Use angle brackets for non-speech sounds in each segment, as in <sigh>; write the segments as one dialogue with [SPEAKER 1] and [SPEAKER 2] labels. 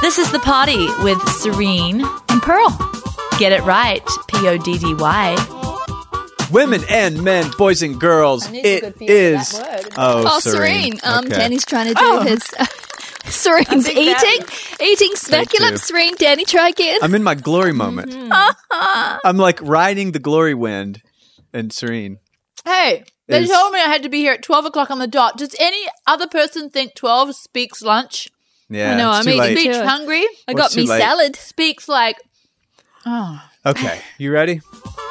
[SPEAKER 1] This is The Party with Serene.
[SPEAKER 2] And Pearl.
[SPEAKER 1] Get it right. P O D D Y.
[SPEAKER 3] Women and men, boys and girls.
[SPEAKER 2] I need a
[SPEAKER 3] It
[SPEAKER 2] good piece of
[SPEAKER 3] is.
[SPEAKER 2] that word.
[SPEAKER 3] Oh,
[SPEAKER 4] Oh, Serene. Um,
[SPEAKER 3] Okay.
[SPEAKER 4] Danny's trying to do his. uh, <laughs> Serene's eating,
[SPEAKER 2] Oh. that-
[SPEAKER 4] eating speculum.
[SPEAKER 3] you. Um,
[SPEAKER 4] Serene, Danny, try again.
[SPEAKER 3] <laughs> I'm in my glory moment.
[SPEAKER 2] Mm-hmm.
[SPEAKER 4] <laughs>
[SPEAKER 3] I'm like riding the glory wind and Serene.
[SPEAKER 2] Hey, they
[SPEAKER 3] Is-
[SPEAKER 2] told me I had to be here at 12 o'clock on the dot. Does any other person think 12 speaks lunch?
[SPEAKER 3] Yeah,
[SPEAKER 4] I know,
[SPEAKER 3] it's
[SPEAKER 4] I'm
[SPEAKER 3] too
[SPEAKER 4] eating
[SPEAKER 3] late.
[SPEAKER 4] too.
[SPEAKER 2] Speaks
[SPEAKER 4] Yeah.
[SPEAKER 2] hungry?
[SPEAKER 4] I
[SPEAKER 3] Well,
[SPEAKER 4] got
[SPEAKER 3] it's too
[SPEAKER 4] me
[SPEAKER 3] late.
[SPEAKER 4] salad.
[SPEAKER 2] Speaks like,
[SPEAKER 3] Okay, you ready?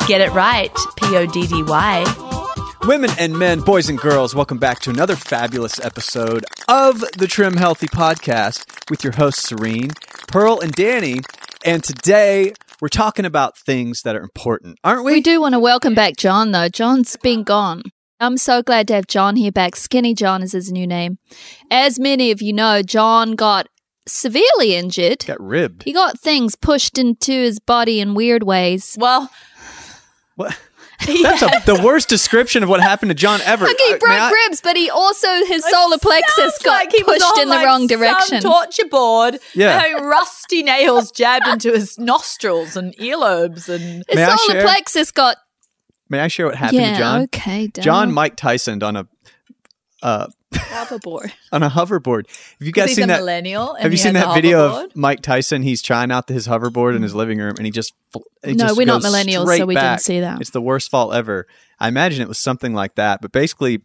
[SPEAKER 1] Get it right. P O D D
[SPEAKER 2] Oh,
[SPEAKER 1] Y.
[SPEAKER 3] Women and men, boys and girls, welcome back to another fabulous episode of the Trim Healthy Podcast with your hosts, Serene, Pearl, and Danny. And today we're talking about things that are important, aren't we?
[SPEAKER 4] We do want to welcome back John, though. John's been gone. I'm so glad to have John here back. Skinny John is his new name. As many of you know, John got severely injured.
[SPEAKER 3] Got ribbed.
[SPEAKER 4] He got things pushed into his body in weird ways.
[SPEAKER 2] well, <laughs>
[SPEAKER 3] What? <laughs> That's a, the worst description of what happened to John ever.
[SPEAKER 4] Like he
[SPEAKER 3] Uh,
[SPEAKER 4] broke
[SPEAKER 3] may I-
[SPEAKER 4] ribs, but he also his solar plexus
[SPEAKER 2] sounds
[SPEAKER 4] got
[SPEAKER 2] like he was
[SPEAKER 4] pushed
[SPEAKER 2] on,
[SPEAKER 4] in the
[SPEAKER 2] like,
[SPEAKER 4] wrong
[SPEAKER 2] some
[SPEAKER 4] direction.
[SPEAKER 2] torture board.
[SPEAKER 3] Yeah.
[SPEAKER 2] having rusty nails jabbed into his nostrils and earlobes and.
[SPEAKER 4] His
[SPEAKER 3] May I
[SPEAKER 4] solar
[SPEAKER 3] share?
[SPEAKER 4] plexus got
[SPEAKER 3] may I share what happened
[SPEAKER 4] yeah.
[SPEAKER 3] to John?
[SPEAKER 4] Okay, Dad.
[SPEAKER 3] John Mike Tyson on a uh,
[SPEAKER 2] board.
[SPEAKER 3] on a hoverboard. Have you guys
[SPEAKER 2] He's a
[SPEAKER 3] seen that?
[SPEAKER 2] millennial. And
[SPEAKER 3] Have you
[SPEAKER 2] he
[SPEAKER 3] seen
[SPEAKER 2] has a
[SPEAKER 3] that video
[SPEAKER 2] hoverboard. Mm.
[SPEAKER 3] of Mike Tyson? He's trying out his hoverboard in his living room, and he just fl- it
[SPEAKER 4] No,
[SPEAKER 3] just
[SPEAKER 4] we're not
[SPEAKER 3] goes
[SPEAKER 4] millennials,
[SPEAKER 3] straight
[SPEAKER 4] so we didn't
[SPEAKER 3] back.
[SPEAKER 4] see that.
[SPEAKER 3] It's the worst fall ever. I imagine it was something like that, but basically,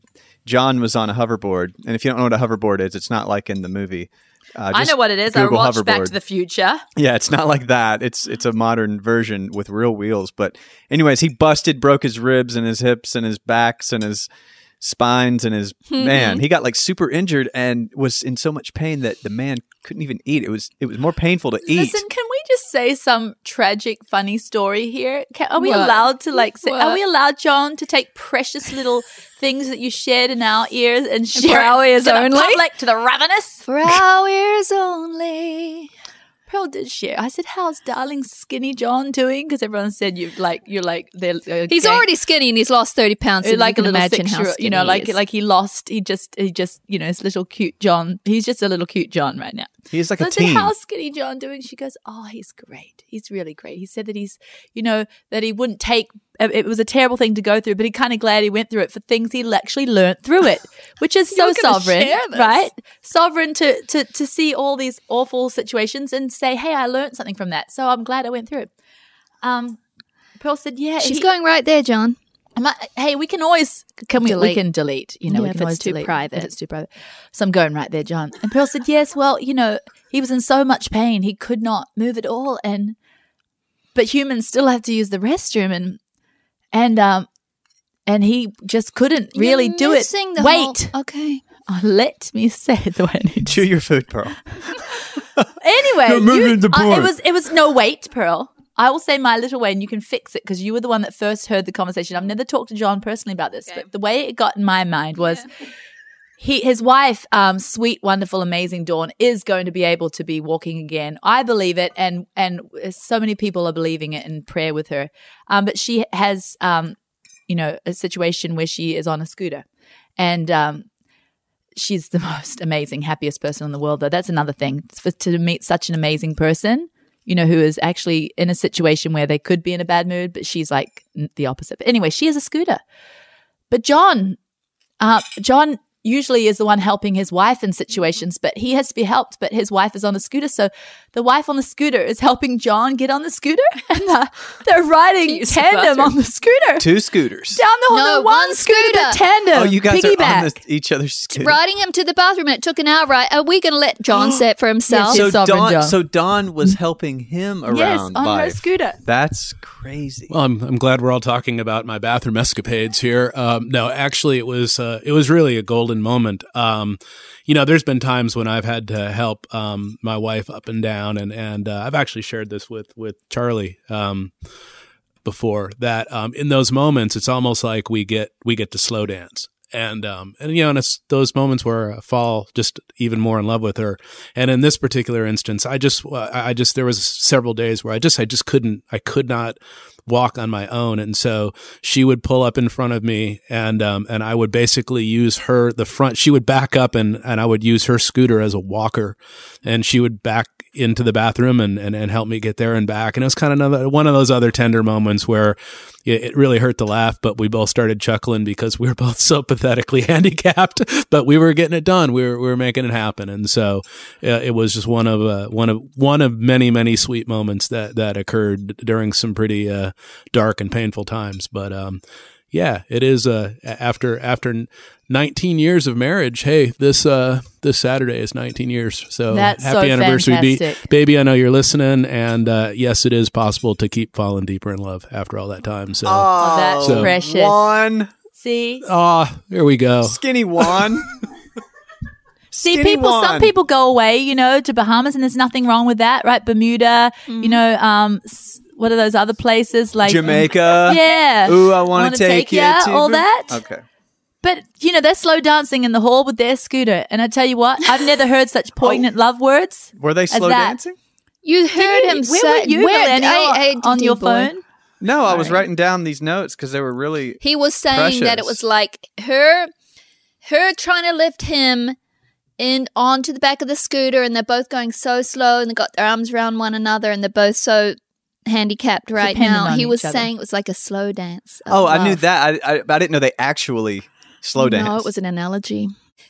[SPEAKER 3] John was on a hoverboard, and if you don't know what a hoverboard is, it's not like in the movie. Uh,
[SPEAKER 2] I
[SPEAKER 3] just
[SPEAKER 2] know what it is.
[SPEAKER 3] Google
[SPEAKER 2] I watched Back
[SPEAKER 3] hoverboard.
[SPEAKER 2] to the Future.
[SPEAKER 3] Yeah, it's not like that. It's it's a modern version with real wheels. But anyways, he busted, broke his ribs and his hips and his backs and his spines and his
[SPEAKER 2] Mm-hmm.
[SPEAKER 3] man. He got like super injured and was in so much pain that the man couldn't even eat. It was it was more painful to eat.
[SPEAKER 2] Listen, can we just say some tragic, funny story here? Can, are we
[SPEAKER 4] What?
[SPEAKER 2] allowed to like? Say, are
[SPEAKER 4] What?
[SPEAKER 2] we allowed, John, to take precious
[SPEAKER 4] <laughs>
[SPEAKER 2] little things that you shared in our ears and share
[SPEAKER 4] our
[SPEAKER 2] it
[SPEAKER 4] ears
[SPEAKER 2] to the
[SPEAKER 4] only?
[SPEAKER 2] public, to the ravenous?
[SPEAKER 4] <laughs> for hours only.
[SPEAKER 2] Pearl did share. I said, "How's darling skinny John doing?" Because everyone said you like you're like they're, uh,
[SPEAKER 4] He's
[SPEAKER 2] gang-
[SPEAKER 4] already skinny and he's lost thirty pounds.
[SPEAKER 2] uh,
[SPEAKER 4] So
[SPEAKER 2] like
[SPEAKER 4] you
[SPEAKER 2] a
[SPEAKER 4] can
[SPEAKER 2] little
[SPEAKER 4] imagine how
[SPEAKER 2] six-year-old,
[SPEAKER 4] skinny
[SPEAKER 2] you know, like
[SPEAKER 4] he is.
[SPEAKER 2] like he lost. He just he just you know his little cute John. He's just a little cute John right now.
[SPEAKER 3] He's like a
[SPEAKER 2] I said,
[SPEAKER 3] teen.
[SPEAKER 2] "How's Skinny John doing?" She goes, "Oh, he's great. He's really great." He said that he's, you know, that he wouldn't take. uh, It was a terrible thing to go through, but he kind of glad he went through it for things he actually learnt through
[SPEAKER 4] <laughs>
[SPEAKER 2] it, which is so
[SPEAKER 4] You're gonna
[SPEAKER 2] sovereign,
[SPEAKER 4] share this.
[SPEAKER 2] right? Sovereign to to to see all these awful situations and say, "Hey, I learnt something from that, so I'm glad I went through it." Um, Pearl said, "Yeah,
[SPEAKER 4] she's
[SPEAKER 2] he-
[SPEAKER 4] going right there, John.
[SPEAKER 2] Am I, hey, we can always can we, we
[SPEAKER 4] Delete.
[SPEAKER 2] can delete. You know,
[SPEAKER 4] Yeah,
[SPEAKER 2] we
[SPEAKER 4] if
[SPEAKER 2] can
[SPEAKER 4] it's
[SPEAKER 2] always
[SPEAKER 4] too
[SPEAKER 2] delete
[SPEAKER 4] private.
[SPEAKER 2] If it's too private. So I'm going right there, John. And Pearl said, "Yes, well, you know, he was in so much pain he could not move at all, and but humans still have to use the restroom, and and um and he just couldn't really
[SPEAKER 4] You're
[SPEAKER 2] do it.
[SPEAKER 4] missing the
[SPEAKER 2] Wait, <laughs>
[SPEAKER 4] whole- okay.
[SPEAKER 2] Oh, let me say it the way I need
[SPEAKER 3] Chew
[SPEAKER 2] to.
[SPEAKER 3] your food, Pearl.
[SPEAKER 2] Anyway,
[SPEAKER 3] You're moving the
[SPEAKER 2] I- it
[SPEAKER 3] point.
[SPEAKER 2] was it was no wait, Pearl. I will say my little way, and you can fix it because you were the one that first heard the conversation. I've never talked to John personally about this, but the way it got in my mind was he, his wife, um, sweet, wonderful, amazing Dawn, is going to be able to be walking again. I believe it, and and so many people are believing it in prayer with her. Um, but she has, um, you know, a situation where she is on a scooter, and um, she's the <laughs> most amazing, happiest person in the world. Though that's another thing for, to meet such an amazing person, you know, who is actually in a situation where they could be in a bad mood, but she's like n- the opposite. But anyway, she is a scooter. But John, uh, John usually is the one helping his wife in situations, but he has to be helped. But his wife is on a scooter, so the wife on the scooter is helping John get on the scooter, <laughs> and they're, they're riding
[SPEAKER 4] Use the
[SPEAKER 2] tandem
[SPEAKER 4] bathroom.
[SPEAKER 2] on the
[SPEAKER 4] <laughs>
[SPEAKER 2] scooter.
[SPEAKER 3] Two scooters.
[SPEAKER 2] Down the whole
[SPEAKER 4] No,
[SPEAKER 2] one
[SPEAKER 4] one
[SPEAKER 2] scooter, but
[SPEAKER 4] scooter.
[SPEAKER 2] tandem.
[SPEAKER 3] Oh, you guys
[SPEAKER 2] piggyback.
[SPEAKER 3] are on the, each other's scooter.
[SPEAKER 4] Riding him to the bathroom. It took an hour. Right? Are we going to
[SPEAKER 2] <gasps>
[SPEAKER 4] let John say it for himself?
[SPEAKER 3] So
[SPEAKER 2] Yes, sovereign
[SPEAKER 3] Don,
[SPEAKER 2] John.
[SPEAKER 3] so Don was helping him around.
[SPEAKER 2] Yes, on
[SPEAKER 3] by-
[SPEAKER 2] her scooter.
[SPEAKER 3] That's crazy.
[SPEAKER 5] Well, I'm, I'm glad we're all talking about my bathroom escapades here. Um, no, actually, it was uh, it was really a golden moment. Um, you know, there's been times when I've had to help um, my wife up and down, and and uh, I've actually shared this with with Charlie um, before. That um, in those moments, it's almost like we get we get to slow dance, and um, and you know, and it's those moments where I fall just even more in love with her. And in this particular instance, I just uh, I I just there was several days where I just I just couldn't I could not walk on my own. And so she would pull up in front of me and, um, and I would basically use her, the front, she would back up and, and I would use her scooter as a walker and she would back into the bathroom and, and, and helped me get there and back. And it was kind of another, one of those other tender moments where it, it really hurt to laugh, but we both started chuckling because we were both so pathetically <laughs> handicapped, but we were getting it done. We were, we were making it happen. And so uh, it was just one of, uh, one of, one of many, many sweet moments that, that occurred during some pretty, uh, dark and painful times. But, um, yeah, it is. Uh, after after 19 years of marriage, hey, this uh, this Saturday is 19 years. So
[SPEAKER 2] That's so
[SPEAKER 5] happy anniversary, B-
[SPEAKER 2] fantastic.
[SPEAKER 5] baby. I know you're listening, and uh, yes, it is possible to keep falling deeper in love after all that time. So, ah,
[SPEAKER 3] Oh,
[SPEAKER 2] that's
[SPEAKER 5] So-
[SPEAKER 2] precious.
[SPEAKER 3] Juan,
[SPEAKER 2] See,
[SPEAKER 5] here we go.
[SPEAKER 3] skinny Juan.
[SPEAKER 2] <laughs> see,
[SPEAKER 3] Skinny
[SPEAKER 2] people.
[SPEAKER 3] Juan.
[SPEAKER 2] Some people go away, you know, to Bahamas, and there's nothing wrong with that, right? Bermuda,
[SPEAKER 4] Mm.
[SPEAKER 2] you know, um, s- what are those other places like
[SPEAKER 3] Jamaica.
[SPEAKER 2] Yeah.
[SPEAKER 3] Ooh, I want
[SPEAKER 2] Wanna
[SPEAKER 3] to take,
[SPEAKER 2] take
[SPEAKER 3] you.
[SPEAKER 2] ya,
[SPEAKER 3] to
[SPEAKER 2] all
[SPEAKER 3] Bru-
[SPEAKER 2] that?
[SPEAKER 3] Okay.
[SPEAKER 2] But you know, they're slow dancing in the hall with their scooter, and I tell you what, I've never heard
[SPEAKER 3] <laughs>
[SPEAKER 2] such poignant love words.
[SPEAKER 3] Were they Oh. slow
[SPEAKER 2] that.
[SPEAKER 3] dancing?
[SPEAKER 4] You heard him
[SPEAKER 2] Where
[SPEAKER 4] say,
[SPEAKER 2] were you, millennial, on
[SPEAKER 4] did,
[SPEAKER 2] your
[SPEAKER 4] boy.
[SPEAKER 2] phone?
[SPEAKER 3] No, I was writing down these notes because they were really.
[SPEAKER 4] He was saying that it
[SPEAKER 3] Precious.
[SPEAKER 4] was like her, her trying to lift him in onto the back of the scooter, and they're both going so slow, and they got their arms around one another, and they're both so handicapped right
[SPEAKER 2] Dependent
[SPEAKER 4] now.
[SPEAKER 2] on
[SPEAKER 4] He
[SPEAKER 2] each
[SPEAKER 4] was
[SPEAKER 2] other.
[SPEAKER 4] saying it was like a slow dance. of
[SPEAKER 3] Oh, I knew
[SPEAKER 4] love.
[SPEAKER 3] that. I, I, I didn't know they actually slow dance.
[SPEAKER 4] No, it was an analogy.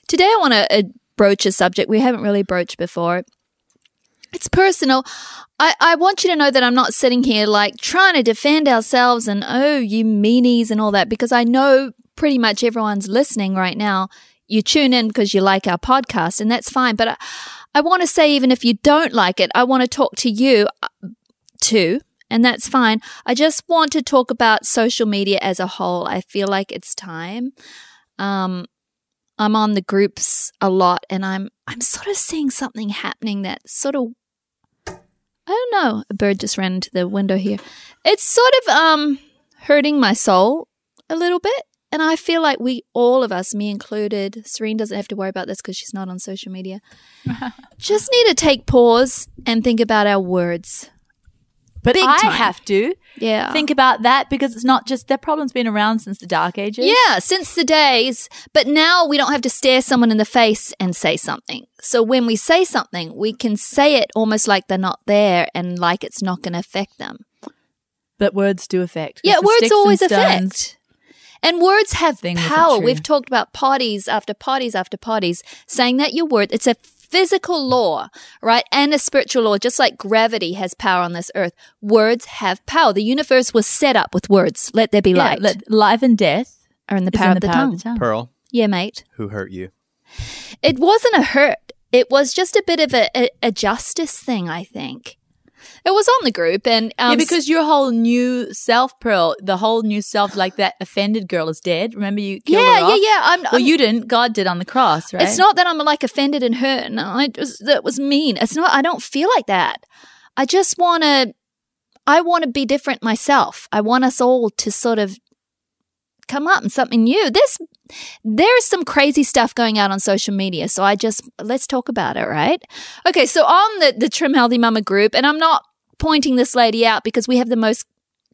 [SPEAKER 4] Today, I want to uh, broach a subject we haven't really broached before. It's personal. I, I want you to know that I'm not sitting here like trying to defend ourselves and, oh, you meanies and all that, because I know pretty much everyone's listening right now. You tune in because you like our podcast, and that's fine. But I, I want to say, even if you don't like it, I want to talk to you uh, too, and that's fine. I just want to talk about social media as a whole. I feel like it's time um, I'm on the groups a lot, and I'm I'm sort of seeing something happening that sort of I don't know. A bird just ran into the window here. It's sort of um hurting my soul a little bit, and I feel like we all of us, me included, Serene doesn't have to worry about this because she's not on social media. just need to take pause and think about our words.
[SPEAKER 2] But
[SPEAKER 4] Big
[SPEAKER 2] I
[SPEAKER 4] time. Oh.
[SPEAKER 2] have to
[SPEAKER 4] Yeah.
[SPEAKER 2] think about that because it's not just their problem's been around since the dark ages.
[SPEAKER 4] Yeah, since the days. But now we don't have to stare someone in the face and say something. So when we say something, we can say it almost like they're not there and like it's not going to affect them.
[SPEAKER 2] But words do affect. 'Cause
[SPEAKER 4] Yeah,
[SPEAKER 2] the
[SPEAKER 4] words
[SPEAKER 2] sticks and
[SPEAKER 4] always
[SPEAKER 2] stones-
[SPEAKER 4] affect. And words have
[SPEAKER 2] Thing wasn't
[SPEAKER 4] power.
[SPEAKER 2] true.
[SPEAKER 4] We've talked about parties after parties after parties, saying that your word, it's a physical law, right? And a spiritual law, just like gravity has power on this earth. Words have power. The universe was set up with words. Let there be
[SPEAKER 2] Yeah,
[SPEAKER 4] light.
[SPEAKER 2] li- life and death
[SPEAKER 4] or in the
[SPEAKER 2] is
[SPEAKER 4] power,
[SPEAKER 2] in
[SPEAKER 4] of, the
[SPEAKER 2] power
[SPEAKER 4] tongue.
[SPEAKER 2] of the
[SPEAKER 3] <laughs>
[SPEAKER 2] tongue.
[SPEAKER 3] Pearl,
[SPEAKER 4] Yeah, mate.
[SPEAKER 3] who hurt you? <laughs>
[SPEAKER 4] it wasn't a hurt. It was just a bit of a, a, a justice thing, I think. It was on the group, and um,
[SPEAKER 2] yeah, because your whole new self, Pearl, the whole new self, like that offended girl is dead. Remember you killed
[SPEAKER 4] yeah,
[SPEAKER 2] her
[SPEAKER 4] yeah,
[SPEAKER 2] off?
[SPEAKER 4] yeah. I'm,
[SPEAKER 2] Well,
[SPEAKER 4] I'm-
[SPEAKER 2] you didn't. God did on the cross, right?
[SPEAKER 4] It's not that I'm like offended and hurt, and I just that was mean. It's not. I don't feel like that. I just want to. I want to be different myself. I want us all to sort of come up and something new. This there's some crazy stuff going out on social media, so I just let's talk about it, right? Okay, so on the the trim healthy mama group, and I'm not pointing this lady out because we have the most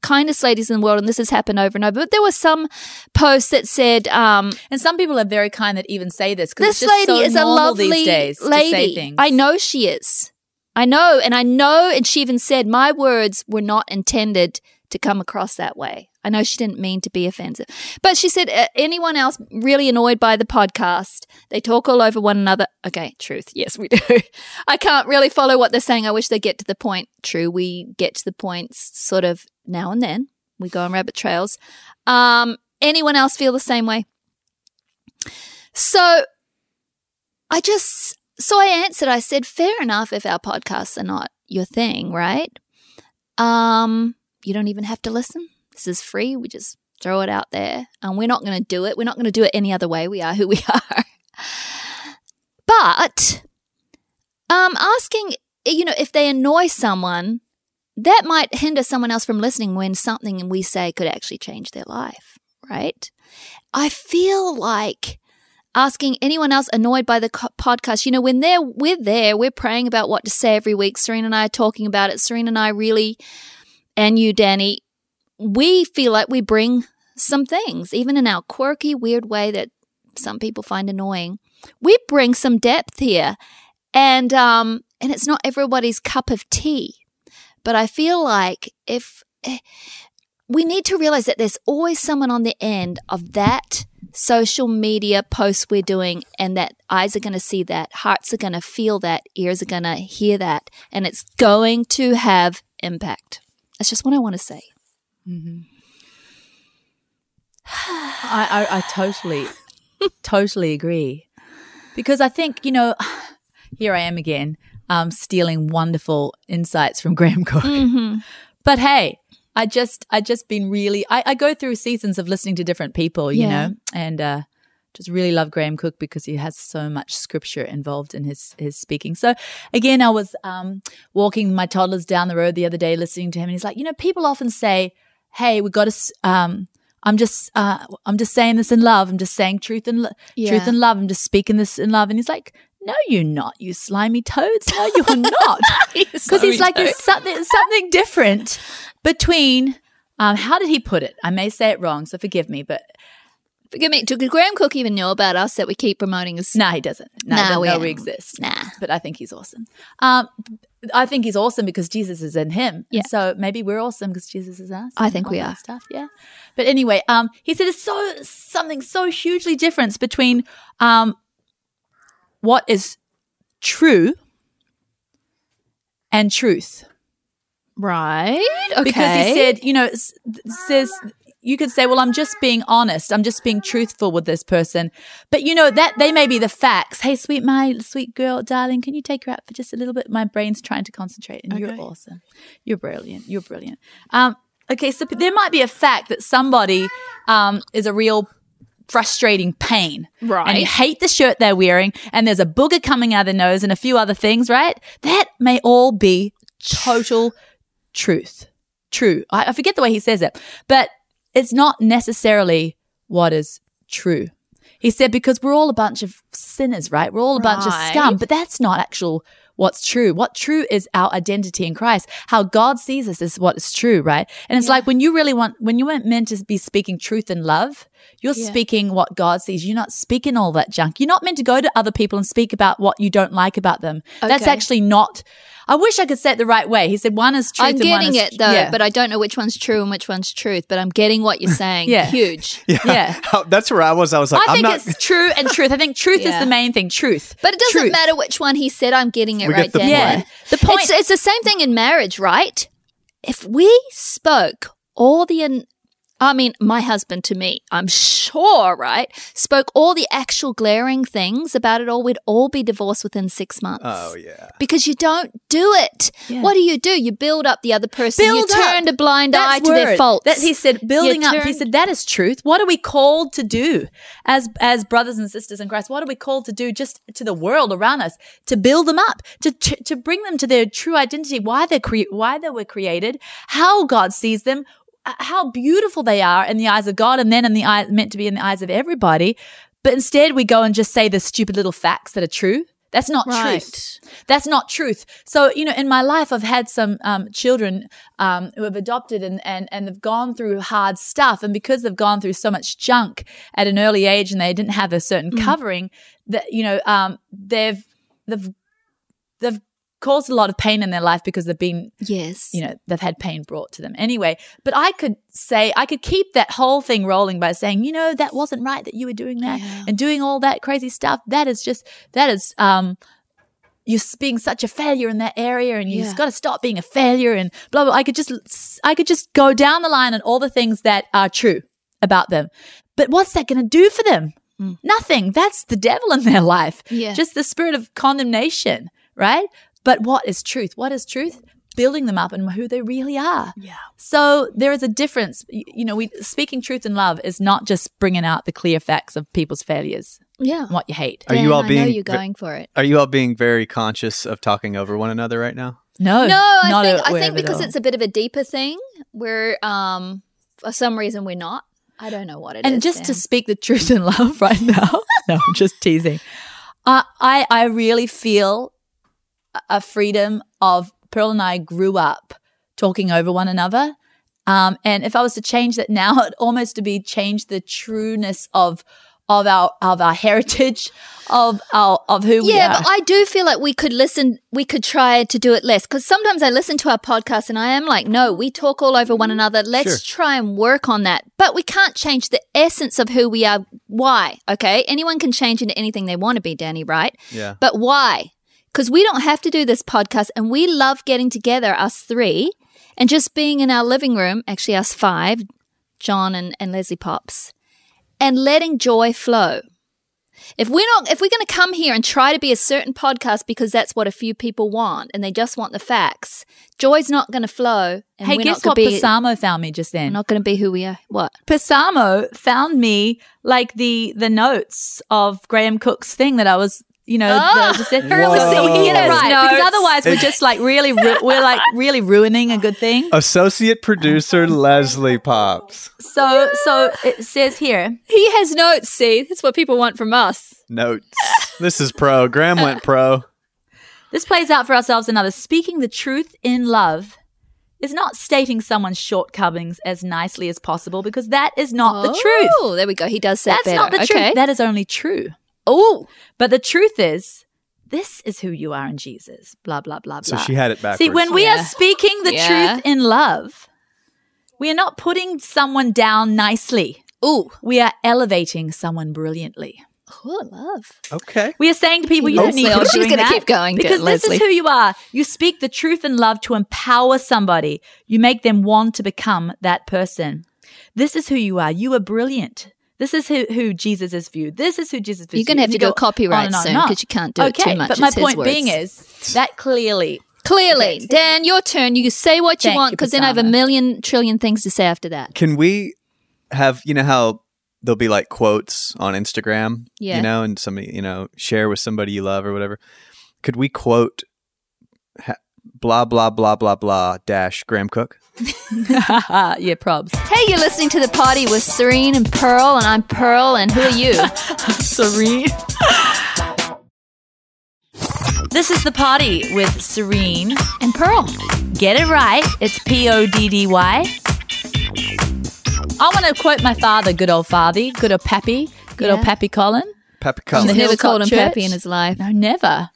[SPEAKER 4] kindest ladies in the world, and this has happened over and over. But there was some posts that said. Um,
[SPEAKER 2] And some people are very kind that even say this because
[SPEAKER 4] this lady is a lovely
[SPEAKER 2] these days to say
[SPEAKER 4] lady.
[SPEAKER 2] things.
[SPEAKER 4] I know she is. I know, and I know, and she even said my words were not intended to come across that way. I know she didn't mean to be offensive, but she said uh, anyone else really annoyed by the podcast. They talk all over one another. Okay, truth. Yes, we do. <laughs> I can't really follow what they're saying. I wish they get to the point. True, we get to the points sort of now and then. We go on rabbit trails. Um, anyone else feel the same way? So I just so I answered. I said, "Fair enough if our podcasts are not your thing, right? Um, you don't even have to listen. This is free. We just throw it out there, and we're not going to do it. We're not going to do it any other way. We are who we <laughs> are. But um, asking, you know, if they annoy someone, that might hinder someone else from listening when something we say could actually change their life, right? I feel like asking anyone else annoyed by the co- podcast. You know, when they're we're there, we're praying about what to say every week. Serena and I are talking about it. Serena and I really, and you, Danny, we feel like we bring some things, even in our quirky, weird way that some people find annoying. We bring some depth here, and um, and it's not everybody's cup of tea. But I feel like if eh, we need to realize that there's always someone on the end of that social media post we're doing, and that eyes are going to see that, hearts are going to feel that, ears are going to hear that, and it's going to have impact. That's just what I want to say.
[SPEAKER 2] I, I, I totally, totally agree. Because I think, you know, here I am again, um, stealing wonderful insights from Graham Cook. But hey, I just, I just been really, I, I go through seasons of listening to different people, you
[SPEAKER 4] Yeah.
[SPEAKER 2] know, and, uh, just really love Graham Cook because he has so much scripture involved in his his speaking. So again, I was um, walking my toddlers down the road the other day, listening to him, and he's like, you know, people often say, "Hey, we got to." Um, I'm just, uh, I'm just saying this in love. I'm just saying truth and lo- truth
[SPEAKER 4] Yeah.
[SPEAKER 2] and love. I'm just speaking this in love. And he's like, "No, you're not, you slimy toads. No, you're not." <laughs> Because he's like, there's something, something different between. Um, how did he put it? I may say it wrong, so forgive me, but
[SPEAKER 4] Forgive me, did Graham Cook even know about us that we keep promoting his?
[SPEAKER 2] No, he doesn't. No,
[SPEAKER 4] Nah,
[SPEAKER 2] he doesn't
[SPEAKER 4] we
[SPEAKER 2] know we
[SPEAKER 4] don't.
[SPEAKER 2] exist.
[SPEAKER 4] Nah.
[SPEAKER 2] But I think he's awesome. Um, I think he's awesome because Jesus is in him. And
[SPEAKER 4] Yeah.
[SPEAKER 2] So maybe we're awesome because Jesus is us.
[SPEAKER 4] I
[SPEAKER 2] and
[SPEAKER 4] think
[SPEAKER 2] all
[SPEAKER 4] we
[SPEAKER 2] that
[SPEAKER 4] are.
[SPEAKER 2] Stuff, yeah. But anyway, um, he said there's so something so hugely different between um, what is true and truth
[SPEAKER 4] Right. Okay.
[SPEAKER 2] because he said, you know, s- th- says you could say, well, I'm just being honest, I'm just being truthful with this person, but you know that they may be the facts. Hey, sweet my sweet girl, darling, can you take her out for just a little bit? My brain's trying to concentrate, and you're awesome. You're brilliant. You're brilliant. Um, okay, so there might be a fact that somebody um, is a real frustrating pain.
[SPEAKER 4] Right.
[SPEAKER 2] And you hate the shirt they're wearing, and there's a booger coming out of their nose and a few other things, right? That may all be total truth. True. I, I forget the way he says it, but it's not necessarily what is true. He said, because we're all a bunch of sinners, right? We're all a bunch of
[SPEAKER 4] Right.
[SPEAKER 2] scum, but that's not actual what's true. What true is our identity in Christ. How God sees us is what is true, right? And it's like when you really want, when you weren't meant to be speaking truth and love, you're
[SPEAKER 4] Yeah.
[SPEAKER 2] speaking what God sees. You're not speaking all that junk. You're not meant to go to other people and speak about what you don't like about them. That's
[SPEAKER 4] Okay.
[SPEAKER 2] actually not. I wish I could say it the right way. He said one is truth
[SPEAKER 4] I'm
[SPEAKER 2] and
[SPEAKER 4] getting
[SPEAKER 2] one is
[SPEAKER 4] it though,
[SPEAKER 2] yeah.
[SPEAKER 4] but I don't know which one's true and which one's truth. But I'm getting
[SPEAKER 2] <laughs>
[SPEAKER 4] what you're saying.
[SPEAKER 2] Yeah.
[SPEAKER 4] Huge.
[SPEAKER 2] yeah.
[SPEAKER 3] <laughs> That's where I was. I was like,
[SPEAKER 2] I
[SPEAKER 3] am
[SPEAKER 2] think
[SPEAKER 3] not.
[SPEAKER 2] it's true and truth. I think truth is
[SPEAKER 4] Yeah.
[SPEAKER 2] the main thing. Truth.
[SPEAKER 4] But it doesn't
[SPEAKER 2] Truth.
[SPEAKER 4] matter which one he said. I'm getting it
[SPEAKER 3] We get
[SPEAKER 4] right
[SPEAKER 3] the
[SPEAKER 4] there.
[SPEAKER 2] Yeah.
[SPEAKER 3] point.
[SPEAKER 2] The point
[SPEAKER 4] It's, it's the same thing in marriage, right? If we spoke all the, in, I mean, my husband to me, I'm sure, right, spoke all the actual glaring things about it all, we'd all be divorced within six
[SPEAKER 3] <laughs>
[SPEAKER 4] months.
[SPEAKER 3] Oh yeah.
[SPEAKER 4] Because you don't do it.
[SPEAKER 2] Yeah.
[SPEAKER 4] What do you do? You build up the other person.
[SPEAKER 2] Build
[SPEAKER 4] you
[SPEAKER 2] up.
[SPEAKER 4] turn a blind eye
[SPEAKER 2] That's
[SPEAKER 4] to their
[SPEAKER 2] word.
[SPEAKER 4] faults.
[SPEAKER 2] That he said, building
[SPEAKER 4] You
[SPEAKER 2] up. He
[SPEAKER 4] turn-
[SPEAKER 2] said that is truth. What are we called to do as as brothers and sisters in Christ? What are we called to do just to the world around us to build them up, to to, to bring them to their true identity, why they cre- why they were created, how God sees them, uh, how beautiful they are in the eyes of God, and then in the eye meant to be in the eyes of everybody. But instead, we go and just say the stupid little facts that are true. That's not
[SPEAKER 4] Right.
[SPEAKER 2] truth. That's not truth. So, you know, in my life, I've had some um, children um, who have adopted and, and, and have gone through hard stuff. And because they've gone through so much junk at an early age and they didn't have a certain covering, that, you know, um, they've, they've, they've caused a lot of pain in their life because they've been
[SPEAKER 4] yes.
[SPEAKER 2] you know they've had pain brought to them anyway but i could say i could keep that whole thing rolling by saying you know that wasn't right that you were doing that and doing all that crazy stuff that is just that is um you're being such a failure in that area and you've
[SPEAKER 4] Yeah.
[SPEAKER 2] got to stop being a failure and blah blah i could just i could just go down the line on all the things that are true about them but what's that going to do for them nothing that's the devil in their life
[SPEAKER 4] Hmm. Yeah.
[SPEAKER 2] just the spirit of condemnation right but what is truth what is truth building them up and who they really are yeah so there is a difference Y- you know we speaking truth in love is not just bringing out the clear facts of people's failures
[SPEAKER 4] yeah.
[SPEAKER 2] and what you hate
[SPEAKER 3] Are
[SPEAKER 4] Dan,
[SPEAKER 3] you all
[SPEAKER 4] I know
[SPEAKER 3] being?
[SPEAKER 4] you're going for it.
[SPEAKER 3] Are you all being very conscious of talking over one another right now?
[SPEAKER 2] no
[SPEAKER 4] No, I
[SPEAKER 2] not
[SPEAKER 4] think I
[SPEAKER 2] aware
[SPEAKER 4] think
[SPEAKER 2] of it
[SPEAKER 4] because
[SPEAKER 2] all.
[SPEAKER 4] it's a bit of a deeper thing. We're um for some reason we're not. I don't know what it is.
[SPEAKER 2] and just to
[SPEAKER 4] Dan.
[SPEAKER 2] speak the truth in love right <laughs> now no i'm just teasing uh, i i really feel a- a freedom of pearl and i grew up talking over one another <laughs> um, and if i was to change that now it'd almost to be change the trueness of of our of our heritage, of our of who we
[SPEAKER 4] Yeah,
[SPEAKER 2] are.
[SPEAKER 4] but I do feel like we could listen, we could try to do it less because sometimes I listen to our podcast and I am like, no, we talk all over
[SPEAKER 2] Mm-hmm.
[SPEAKER 4] one another. Let's try and work on that. But we can't change the essence of who we are. Why? Okay. Anyone can change into anything they want to be, Danny, right?
[SPEAKER 3] Yeah.
[SPEAKER 4] But why? Because we don't have to do this podcast and we love getting together, us three, and just being in our living room, actually, us five, John and, and Leslie Pops, and letting joy flow. If we're not, if we're going to come here and try to be a certain podcast because that's what a few people want and they just want the facts, joy's not going to flow. And
[SPEAKER 2] hey,
[SPEAKER 4] we're
[SPEAKER 2] guess what?
[SPEAKER 4] not gonna Be,
[SPEAKER 2] Passamo found me just
[SPEAKER 4] we're
[SPEAKER 2] then.
[SPEAKER 4] not going to be who we are. What?
[SPEAKER 2] Passamo found me like the the notes of Graham Cook's thing that I was. You know,
[SPEAKER 4] Oh,
[SPEAKER 2] that I just
[SPEAKER 3] Whoa.
[SPEAKER 2] said, So he
[SPEAKER 3] Yes,
[SPEAKER 2] is Oh, right, because
[SPEAKER 4] notes.
[SPEAKER 2] otherwise we're just like really, ru- we're like really ruining a good thing.
[SPEAKER 3] Associate
[SPEAKER 2] <laughs>
[SPEAKER 3] producer Leslie Pops.
[SPEAKER 2] So, so it says here,
[SPEAKER 4] He has notes, see? That's what people want from us.
[SPEAKER 3] Notes. This is pro. Graham went pro.
[SPEAKER 2] This plays out for ourselves and others. Speaking the truth in love is not stating someone's shortcomings as nicely as possible because that is not the truth.
[SPEAKER 4] Oh, there we go. He does say
[SPEAKER 2] That's
[SPEAKER 4] better.
[SPEAKER 2] not the
[SPEAKER 4] okay.
[SPEAKER 2] truth. That is only true.
[SPEAKER 4] oh,
[SPEAKER 2] But the truth is, this is who you are in Jesus. Blah, blah, blah,
[SPEAKER 3] So
[SPEAKER 2] blah.
[SPEAKER 3] she had it backwards.
[SPEAKER 2] See, when we
[SPEAKER 4] Yeah.
[SPEAKER 2] are speaking the
[SPEAKER 4] Yeah.
[SPEAKER 2] truth in love, we are not putting someone down nicely.
[SPEAKER 4] ooh,
[SPEAKER 2] We are elevating someone brilliantly.
[SPEAKER 4] oh, love.
[SPEAKER 3] okay.
[SPEAKER 2] We are saying to people, you don't
[SPEAKER 4] Leslie,
[SPEAKER 2] need to
[SPEAKER 4] oh,
[SPEAKER 2] be
[SPEAKER 4] she's
[SPEAKER 2] doing
[SPEAKER 4] gonna
[SPEAKER 2] that
[SPEAKER 4] keep going,
[SPEAKER 2] because
[SPEAKER 4] dear
[SPEAKER 2] this
[SPEAKER 4] Leslie.
[SPEAKER 2] is who you are. You speak the truth in love to empower somebody. You make them want to become that person. This is who you are. You are brilliant. This is who, who Jesus is viewed. This is who Jesus is
[SPEAKER 4] You're gonna
[SPEAKER 2] viewed.
[SPEAKER 4] have
[SPEAKER 2] And
[SPEAKER 4] to
[SPEAKER 2] you
[SPEAKER 4] do a
[SPEAKER 2] go
[SPEAKER 4] copyright
[SPEAKER 2] on and on
[SPEAKER 4] soon
[SPEAKER 2] and on.
[SPEAKER 4] 'cause you can't do it too
[SPEAKER 2] Okay,
[SPEAKER 4] much.
[SPEAKER 2] But my
[SPEAKER 4] It's his
[SPEAKER 2] point
[SPEAKER 4] words.
[SPEAKER 2] being is that clearly <laughs>
[SPEAKER 4] Clearly, Dan, your turn. You say what you
[SPEAKER 2] Thank
[SPEAKER 4] want
[SPEAKER 2] you,
[SPEAKER 4] because then I have a
[SPEAKER 2] Prasanna.
[SPEAKER 4] million trillion things to say after that.
[SPEAKER 3] Can we have you know how there'll be like quotes on Instagram,
[SPEAKER 4] Yeah.
[SPEAKER 3] you know, and somebody you know share with somebody you love or whatever. Could we quote ha- blah blah blah blah blah dash Graham Cook?
[SPEAKER 2] yeah, probs.
[SPEAKER 4] Hey, you're listening to the party with Serene and Pearl, and I'm Pearl, and who
[SPEAKER 2] <laughs>
[SPEAKER 4] are you?
[SPEAKER 2] Serene.
[SPEAKER 1] This is the party with Serene.
[SPEAKER 4] and Pearl.
[SPEAKER 1] Get it right. It's P O D D Y.
[SPEAKER 2] I want to quote my father, good old father, good old pappy, good old
[SPEAKER 4] Yeah.
[SPEAKER 2] pappy Colin.
[SPEAKER 3] Pepper
[SPEAKER 4] He's
[SPEAKER 2] From
[SPEAKER 3] Collins.
[SPEAKER 2] the
[SPEAKER 4] never called him
[SPEAKER 2] Hilltop
[SPEAKER 4] Pappy
[SPEAKER 2] Church.
[SPEAKER 4] in his life.
[SPEAKER 2] No, never.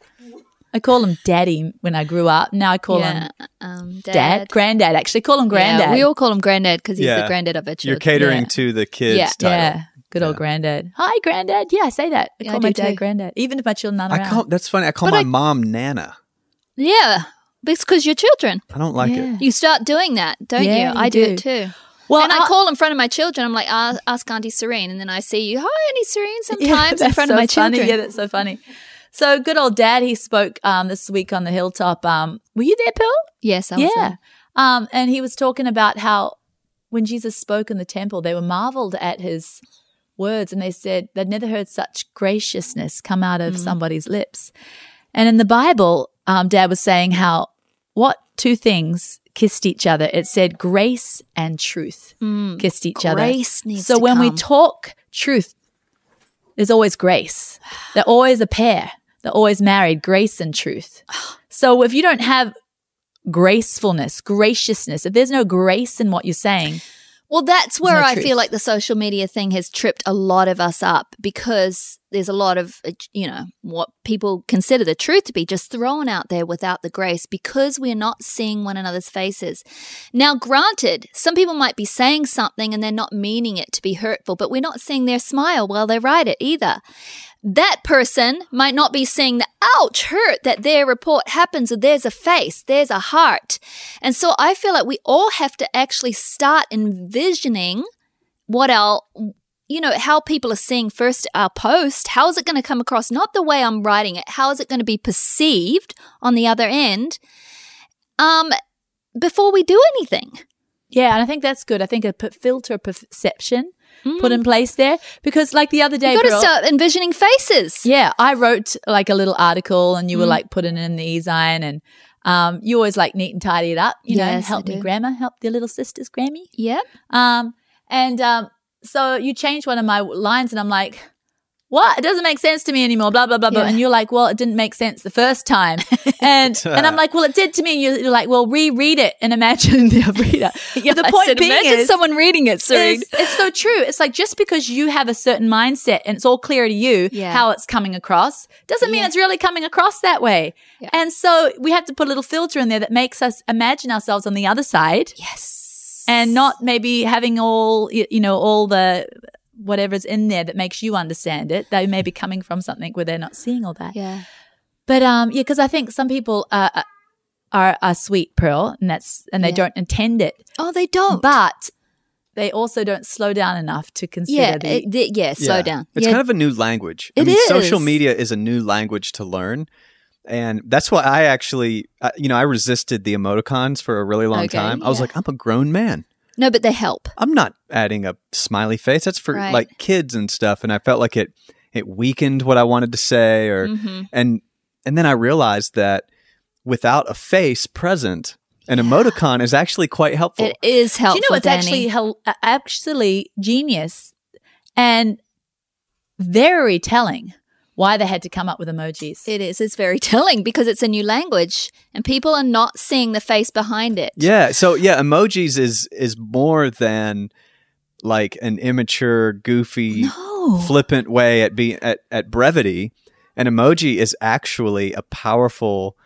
[SPEAKER 2] I call him daddy when I grew up. Now I call him
[SPEAKER 4] yeah, um, Dad,
[SPEAKER 2] dad, granddad. Actually, call him granddad.
[SPEAKER 4] Yeah, we all call him granddad because he's the
[SPEAKER 3] Yeah.
[SPEAKER 4] granddad of our children.
[SPEAKER 3] You're catering
[SPEAKER 4] Yeah.
[SPEAKER 3] to the kids.
[SPEAKER 4] Yeah.
[SPEAKER 3] title.
[SPEAKER 2] Yeah, good old
[SPEAKER 3] Yeah.
[SPEAKER 2] granddad. Hi, granddad. Yeah, I say that. I
[SPEAKER 4] Yeah,
[SPEAKER 2] call
[SPEAKER 4] I
[SPEAKER 2] my
[SPEAKER 4] do
[SPEAKER 2] dad
[SPEAKER 4] too.
[SPEAKER 2] granddad, even if my children aren't
[SPEAKER 3] I
[SPEAKER 2] around.
[SPEAKER 3] call that's funny. I call my mom Nana.
[SPEAKER 4] Yeah, because you're children.
[SPEAKER 3] I don't like it.
[SPEAKER 4] You start doing that, don't
[SPEAKER 2] Yeah,
[SPEAKER 4] you?
[SPEAKER 2] you
[SPEAKER 4] I do, it
[SPEAKER 2] do.
[SPEAKER 4] too.
[SPEAKER 2] Well,
[SPEAKER 4] and I
[SPEAKER 2] I'll-
[SPEAKER 4] call in front of my children. I'm like, "Ah, ask Auntie Serene, and then I see you. Hi, Auntie
[SPEAKER 2] <laughs>
[SPEAKER 4] Serene.
[SPEAKER 2] Yeah,
[SPEAKER 4] Sometimes in
[SPEAKER 2] that's
[SPEAKER 4] front
[SPEAKER 2] so
[SPEAKER 4] of my
[SPEAKER 2] funny.
[SPEAKER 4] children.
[SPEAKER 2] Yeah, that's so funny. So good old dad. He spoke um, this week on the hilltop. Um, were you there, Pearl?
[SPEAKER 4] Yes, I was
[SPEAKER 2] Yeah.
[SPEAKER 4] there.
[SPEAKER 2] Um, and he was talking about how when Jesus spoke in the temple, they were marveled at his words and they said they'd never heard such graciousness come out
[SPEAKER 4] Mm.
[SPEAKER 2] of somebody's lips. And in the Bible, um, Dad was saying how what two things kissed each other? It said grace and truth
[SPEAKER 4] Mm,
[SPEAKER 2] kissed each other.
[SPEAKER 4] grace needs
[SPEAKER 2] so
[SPEAKER 4] to
[SPEAKER 2] when we
[SPEAKER 4] come.
[SPEAKER 2] talk truth, there's always grace. They're always a pair. They're always married, grace and truth. So if you don't have gracefulness, graciousness, if there's no grace in what you're saying,
[SPEAKER 4] Well, that's where
[SPEAKER 2] no
[SPEAKER 4] I
[SPEAKER 2] truth.
[SPEAKER 4] feel like the social media thing has tripped a lot of us up because there's a lot of, uh, you know, what people consider the truth to be just thrown out there without the grace because we're not seeing one another's faces. Now, granted, some people might be saying something and they're not meaning it to be hurtful, but we're not seeing their smile while they write it either. That person might not be seeing the ouch hurt that their report happens, or there's a face, there's a heart. And so I feel like we all have to actually start envisioning what our, you know, how people are seeing first our post. How is it going to come across? Not the way I'm writing it. How is it going to be perceived on the other end? Um, before we do anything.
[SPEAKER 2] yeah, and I think that's good. I think a p- filter of perception
[SPEAKER 4] Mm.
[SPEAKER 2] put in place there because, like the other day,
[SPEAKER 4] You've got to
[SPEAKER 2] Beryl-
[SPEAKER 4] start envisioning faces.
[SPEAKER 2] Yeah, I wrote like a little article, and you
[SPEAKER 4] Mm.
[SPEAKER 2] were like putting it in the e-zine, and um, you always like neat and tidy it up. You know,
[SPEAKER 4] Yes, I
[SPEAKER 2] help me,
[SPEAKER 4] do.
[SPEAKER 2] Grandma, help the little sisters, Grammy.
[SPEAKER 4] Yep.
[SPEAKER 2] Um, and um, so you changed one of my lines, and I'm like, what? It doesn't make sense to me anymore. Blah blah blah blah.
[SPEAKER 4] Yeah.
[SPEAKER 2] And you're like, well, it didn't make sense the first time,
[SPEAKER 4] <laughs>
[SPEAKER 2] and and I'm like, well, it did to me. And you're, you're like, well, reread it and imagine the
[SPEAKER 4] <laughs>
[SPEAKER 2] reader. But the
[SPEAKER 4] I
[SPEAKER 2] point
[SPEAKER 4] said,
[SPEAKER 2] being
[SPEAKER 4] imagine
[SPEAKER 2] is,
[SPEAKER 4] someone reading it, Serene.
[SPEAKER 2] is- it's so true. It's like just because you have a certain mindset and it's all clear to you
[SPEAKER 4] Yeah.
[SPEAKER 2] how it's coming across doesn't mean
[SPEAKER 4] Yeah.
[SPEAKER 2] it's really coming across that way.
[SPEAKER 4] Yeah.
[SPEAKER 2] And so we have to put a little filter in there that makes us imagine ourselves on the other side
[SPEAKER 4] Yes.
[SPEAKER 2] and not maybe having all y- you know all the whatever's in there that makes you understand it. They may be coming from something where they're not seeing all that.
[SPEAKER 4] Yeah.
[SPEAKER 2] But um, yeah, because I think some people are. are are sweet pearl, and that's and they
[SPEAKER 4] Yeah.
[SPEAKER 2] don't intend it,
[SPEAKER 4] Oh, they don't.
[SPEAKER 2] but they also don't slow down enough to consider
[SPEAKER 4] yeah.
[SPEAKER 2] the
[SPEAKER 4] it- the- yeah. Slow
[SPEAKER 3] Yeah.
[SPEAKER 4] down.
[SPEAKER 3] It's
[SPEAKER 4] yeah.
[SPEAKER 3] kind of a new language. I
[SPEAKER 4] It
[SPEAKER 3] mean, social
[SPEAKER 4] is.
[SPEAKER 3] media is a new language to learn. And that's why I actually, I, you know, I resisted the emoticons for a really long
[SPEAKER 4] Okay,
[SPEAKER 3] time. I was
[SPEAKER 4] yeah.
[SPEAKER 3] like, I'm a grown man.
[SPEAKER 4] no, but they help.
[SPEAKER 3] I'm not adding a smiley face. That's for
[SPEAKER 4] Right.
[SPEAKER 3] like kids and stuff. And I felt like it, it weakened what I wanted to say or,
[SPEAKER 4] Mm-hmm.
[SPEAKER 3] and, and then I realized that without a face present, an emoticon is actually quite helpful.
[SPEAKER 4] It is
[SPEAKER 2] Do
[SPEAKER 4] helpful.
[SPEAKER 2] you know it's
[SPEAKER 4] Danny.
[SPEAKER 2] actually hel- uh, actually genius and very telling why they had to come up with emojis.
[SPEAKER 4] It is. It's very <laughs> telling because it's a new language and people are not seeing the face behind it.
[SPEAKER 3] Yeah. So yeah, emojis is is more than like an immature, goofy,
[SPEAKER 4] No.
[SPEAKER 3] flippant way at being at, at brevity. An emoji is actually a powerful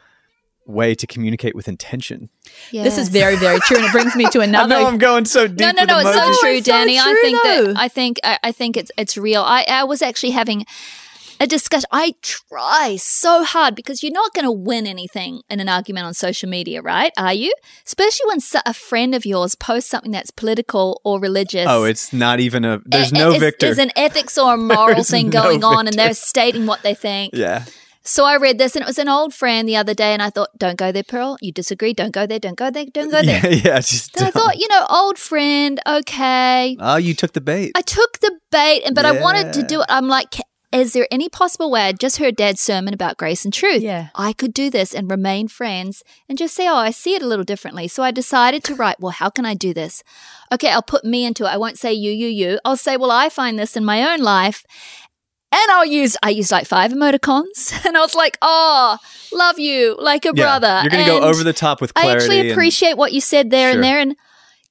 [SPEAKER 3] way to communicate with intention.
[SPEAKER 4] Yeah.
[SPEAKER 2] This is very very true, and it brings me to <laughs>
[SPEAKER 3] I
[SPEAKER 2] another.
[SPEAKER 3] know I'm going so deep.
[SPEAKER 4] No, no,
[SPEAKER 3] with
[SPEAKER 4] no! It's
[SPEAKER 3] emojis.
[SPEAKER 4] so true,
[SPEAKER 2] it's so
[SPEAKER 4] Danny. I
[SPEAKER 2] true,
[SPEAKER 4] think
[SPEAKER 2] though.
[SPEAKER 4] that I think I, I think it's it's real. I, I was actually having a discussion. I try so hard because you're not going to win anything in an argument on social media, right? Are you? Especially when so- a friend of yours posts something that's political or religious.
[SPEAKER 3] Oh, it's not even a. There's
[SPEAKER 4] It-
[SPEAKER 3] no
[SPEAKER 4] it's-
[SPEAKER 3] victor. <laughs>
[SPEAKER 4] There's an ethics or a moral
[SPEAKER 3] is
[SPEAKER 4] thing
[SPEAKER 3] no
[SPEAKER 4] going on, and
[SPEAKER 3] victor.
[SPEAKER 4] they're stating what they think.
[SPEAKER 3] yeah.
[SPEAKER 4] So I read this, and it was an old friend the other day, and I thought, "Don't go there, Pearl. You disagree. Don't go there. Don't go there. Don't go there."
[SPEAKER 3] <laughs> Yeah. yeah just
[SPEAKER 4] Then I
[SPEAKER 3] don't. <laughs>
[SPEAKER 4] thought, you know, old friend, okay.
[SPEAKER 3] Oh, you took the bait.
[SPEAKER 4] I took the bait, and but I wanted to
[SPEAKER 3] Yeah.
[SPEAKER 4] do it. I'm like, "Ca- is there any possible way? I just heard Dad's sermon about grace and truth.
[SPEAKER 2] Yeah.
[SPEAKER 4] I could do this and remain friends and just say, oh, I see it a little differently. So I decided to write, well, how can I do this? Okay, I'll put me into it. I won't say you, you, you. I'll say, well, I find this in my own life. And I'll use, I used like five emoticons. <laughs> And I was like, oh, love you, like a
[SPEAKER 3] Yeah.
[SPEAKER 4] brother.
[SPEAKER 3] You're gonna
[SPEAKER 4] And
[SPEAKER 3] go over the top with
[SPEAKER 4] I
[SPEAKER 3] clarity.
[SPEAKER 4] actually
[SPEAKER 3] and-
[SPEAKER 4] appreciate what you said there
[SPEAKER 3] Sure.
[SPEAKER 4] and there. And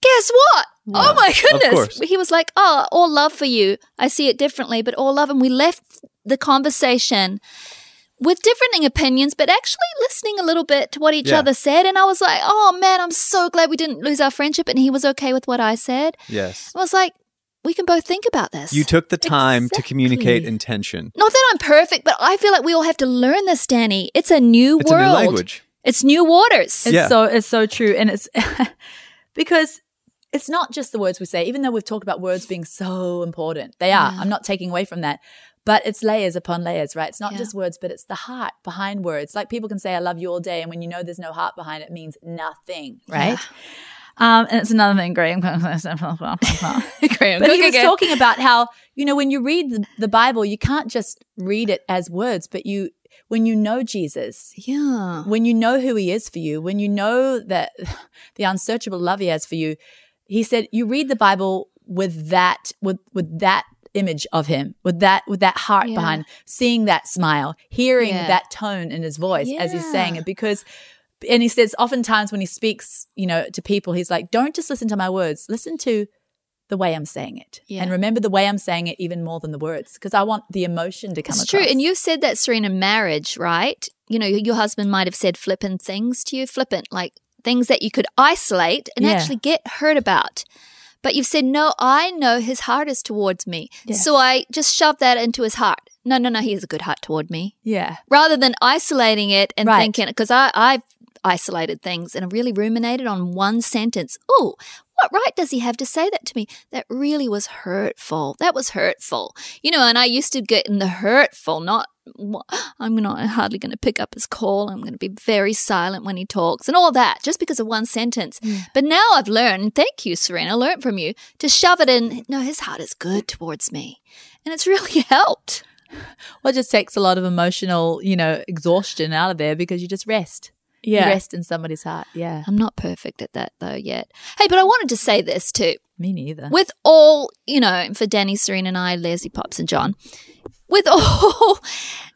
[SPEAKER 4] guess what? Oh my
[SPEAKER 3] course.
[SPEAKER 4] goodness. He was like, Oh, all love for you. I see it differently, but all love. And we left the conversation with differing opinions, but actually listening a little bit to what each
[SPEAKER 3] Yeah.
[SPEAKER 4] other said. And I was like, Oh man, I'm so glad we didn't lose our friendship. And he was okay with what I said.
[SPEAKER 3] Yes.
[SPEAKER 4] I was like, We can both think about this.
[SPEAKER 3] You took the time to
[SPEAKER 4] Exactly.
[SPEAKER 3] communicate intention.
[SPEAKER 4] Not that I'm perfect, but I feel like we all have to learn this, Danny. It's a new
[SPEAKER 3] It's
[SPEAKER 4] world.
[SPEAKER 3] a new language.
[SPEAKER 4] It's new waters.
[SPEAKER 2] It's
[SPEAKER 3] Yeah.
[SPEAKER 2] so it's so true, and it's <laughs> because it's not just the words we say. Even though we've talked about words being so important, they are.
[SPEAKER 4] Yeah.
[SPEAKER 2] I'm not taking away from that, but it's layers upon layers, right? It's not
[SPEAKER 4] Yeah.
[SPEAKER 2] just words, but it's the heart behind words. Like people can say "I love you" all day, and when you know there's no heart behind it, it means nothing, right? Um, and it's another thing. Graham, <laughs>
[SPEAKER 4] <laughs> Graham,
[SPEAKER 2] But
[SPEAKER 4] cook
[SPEAKER 2] he was
[SPEAKER 4] again.
[SPEAKER 2] talking about how, you know, when you read the, the Bible, you can't just read it as words, but you, when you know Jesus,
[SPEAKER 4] Yeah.
[SPEAKER 2] when you know who he is for you, when you know that <laughs> the unsearchable love he has for you, he said you read the Bible with that with with that image of him, with that with that heart
[SPEAKER 4] Yeah.
[SPEAKER 2] behind, seeing that smile, hearing
[SPEAKER 4] Yeah.
[SPEAKER 2] that tone in his voice as he's saying
[SPEAKER 4] Yeah.
[SPEAKER 2] it because and he says oftentimes when he speaks, you know, to people, he's like, Don't just listen to my words, listen to the way I'm saying it.
[SPEAKER 4] Yeah.
[SPEAKER 2] And remember the way I'm saying it even more than the words. Because I want the emotion to come
[SPEAKER 4] It's
[SPEAKER 2] across.
[SPEAKER 4] true. And you said that, Serena, marriage, right? You know, your your husband might have said flippant things to you, flippant, like things that you could isolate and
[SPEAKER 2] Yeah.
[SPEAKER 4] actually get hurt about. But you've said, no, I know his heart is towards me.
[SPEAKER 2] Yes.
[SPEAKER 4] So I just shoved that into his heart. No, no, no, he has a good heart toward me.
[SPEAKER 2] Yeah.
[SPEAKER 4] Rather than isolating it and
[SPEAKER 2] Right.
[SPEAKER 4] thinking, because I've isolated things and really ruminated on one sentence. Oh, what right does he have to say that to me? That really was hurtful. That was hurtful. You know, and I used to get in the hurtful, not "Wha- I'm not hardly going to pick up his call. I'm going to be very silent when he talks and all that just because of one sentence. But now I've learned, and thank you, Serena, learned from you to shove it in. No, his heart is good towards me. And it's really <laughs> helped.
[SPEAKER 2] Well, it just takes a lot of emotional, you know, exhaustion out of there because you just rest. You rest in somebody's heart. Yeah.
[SPEAKER 4] I'm not perfect at that though yet. Hey, but I wanted to say this too.
[SPEAKER 2] Me neither.
[SPEAKER 4] With all, you know, for Danny, Serena, and I, Leslie, Pops, and John, with <laughs> all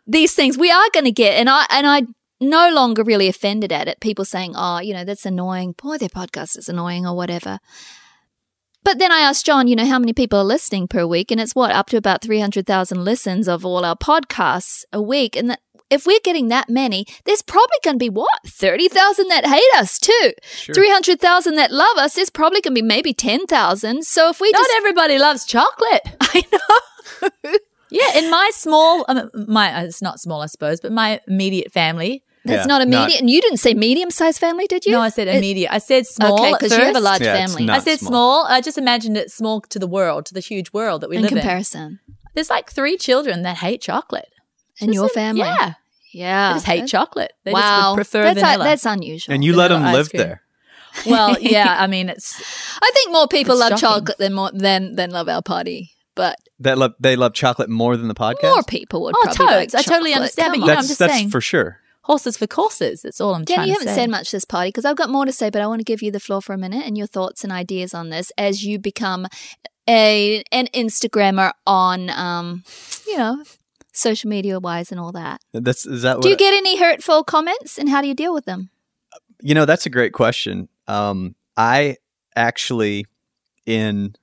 [SPEAKER 4] these things, we are going to get, and I and I no longer really offended at it. People saying, "Oh, you know, that's annoying. Boy, their podcast is annoying," or whatever. But then I asked John, you know, how many people are listening per week, and it's what up to about three hundred thousand listens of all our podcasts a week, and that. If we're getting that many, there's probably going to be what? 30,000 that hate us too. 300,000 that love us. There's probably going to be maybe 10,000. So if we
[SPEAKER 2] Not
[SPEAKER 4] just.
[SPEAKER 2] everybody loves chocolate. <laughs>
[SPEAKER 4] I know.
[SPEAKER 2] Yeah, in my small, um, my it's not small, I suppose, but my immediate family.
[SPEAKER 4] That's
[SPEAKER 3] Yeah,
[SPEAKER 4] not a
[SPEAKER 3] not-
[SPEAKER 4] medium. And you didn't say medium sized family, did you?
[SPEAKER 2] No, I said
[SPEAKER 4] It-
[SPEAKER 2] immediate. I said small.
[SPEAKER 4] Okay,
[SPEAKER 2] at
[SPEAKER 4] because you have a
[SPEAKER 2] first.
[SPEAKER 4] large
[SPEAKER 3] Yeah, it's
[SPEAKER 4] family.
[SPEAKER 3] not-
[SPEAKER 2] I said small. I just imagined it small to the world, to the huge world that we
[SPEAKER 4] in
[SPEAKER 2] live
[SPEAKER 4] comparison.
[SPEAKER 2] in. There's like three children that hate chocolate.
[SPEAKER 4] And your
[SPEAKER 2] Just-
[SPEAKER 4] family.
[SPEAKER 2] Yeah.
[SPEAKER 4] Yeah.
[SPEAKER 2] They just hate
[SPEAKER 4] That-
[SPEAKER 2] chocolate. They just
[SPEAKER 4] wow.
[SPEAKER 2] would prefer
[SPEAKER 4] that's,
[SPEAKER 2] vanilla.
[SPEAKER 4] that's unusual.
[SPEAKER 3] And you let them
[SPEAKER 2] Vanilla ice
[SPEAKER 3] live
[SPEAKER 2] cream.
[SPEAKER 3] there.
[SPEAKER 4] <laughs>
[SPEAKER 2] well, yeah, I mean, it's
[SPEAKER 4] I think more people
[SPEAKER 2] It's
[SPEAKER 4] love
[SPEAKER 2] shocking.
[SPEAKER 4] chocolate than more than than love our party. But
[SPEAKER 3] That love they love chocolate more than the podcast.
[SPEAKER 4] more people would
[SPEAKER 2] Oh,
[SPEAKER 4] probably like
[SPEAKER 2] totes. I totally
[SPEAKER 4] chocolate.
[SPEAKER 2] understand,
[SPEAKER 4] Come
[SPEAKER 2] but you
[SPEAKER 4] on.
[SPEAKER 2] know,
[SPEAKER 3] that's
[SPEAKER 2] I'm just
[SPEAKER 3] that's
[SPEAKER 2] saying.
[SPEAKER 3] for sure.
[SPEAKER 2] horses for courses. That's all I'm
[SPEAKER 4] Jen,
[SPEAKER 2] trying
[SPEAKER 4] you
[SPEAKER 2] to
[SPEAKER 4] haven't
[SPEAKER 2] say.
[SPEAKER 4] said much this party because I've got more to say, but I want to give you the floor for a minute and your thoughts and ideas on this as you become a an Instagrammer on, um, you know, social media wise and all that.
[SPEAKER 3] That's is that what
[SPEAKER 4] Do you get any hurtful comments and how do you deal with them?
[SPEAKER 3] You know, that's a great question. Um, I actually, in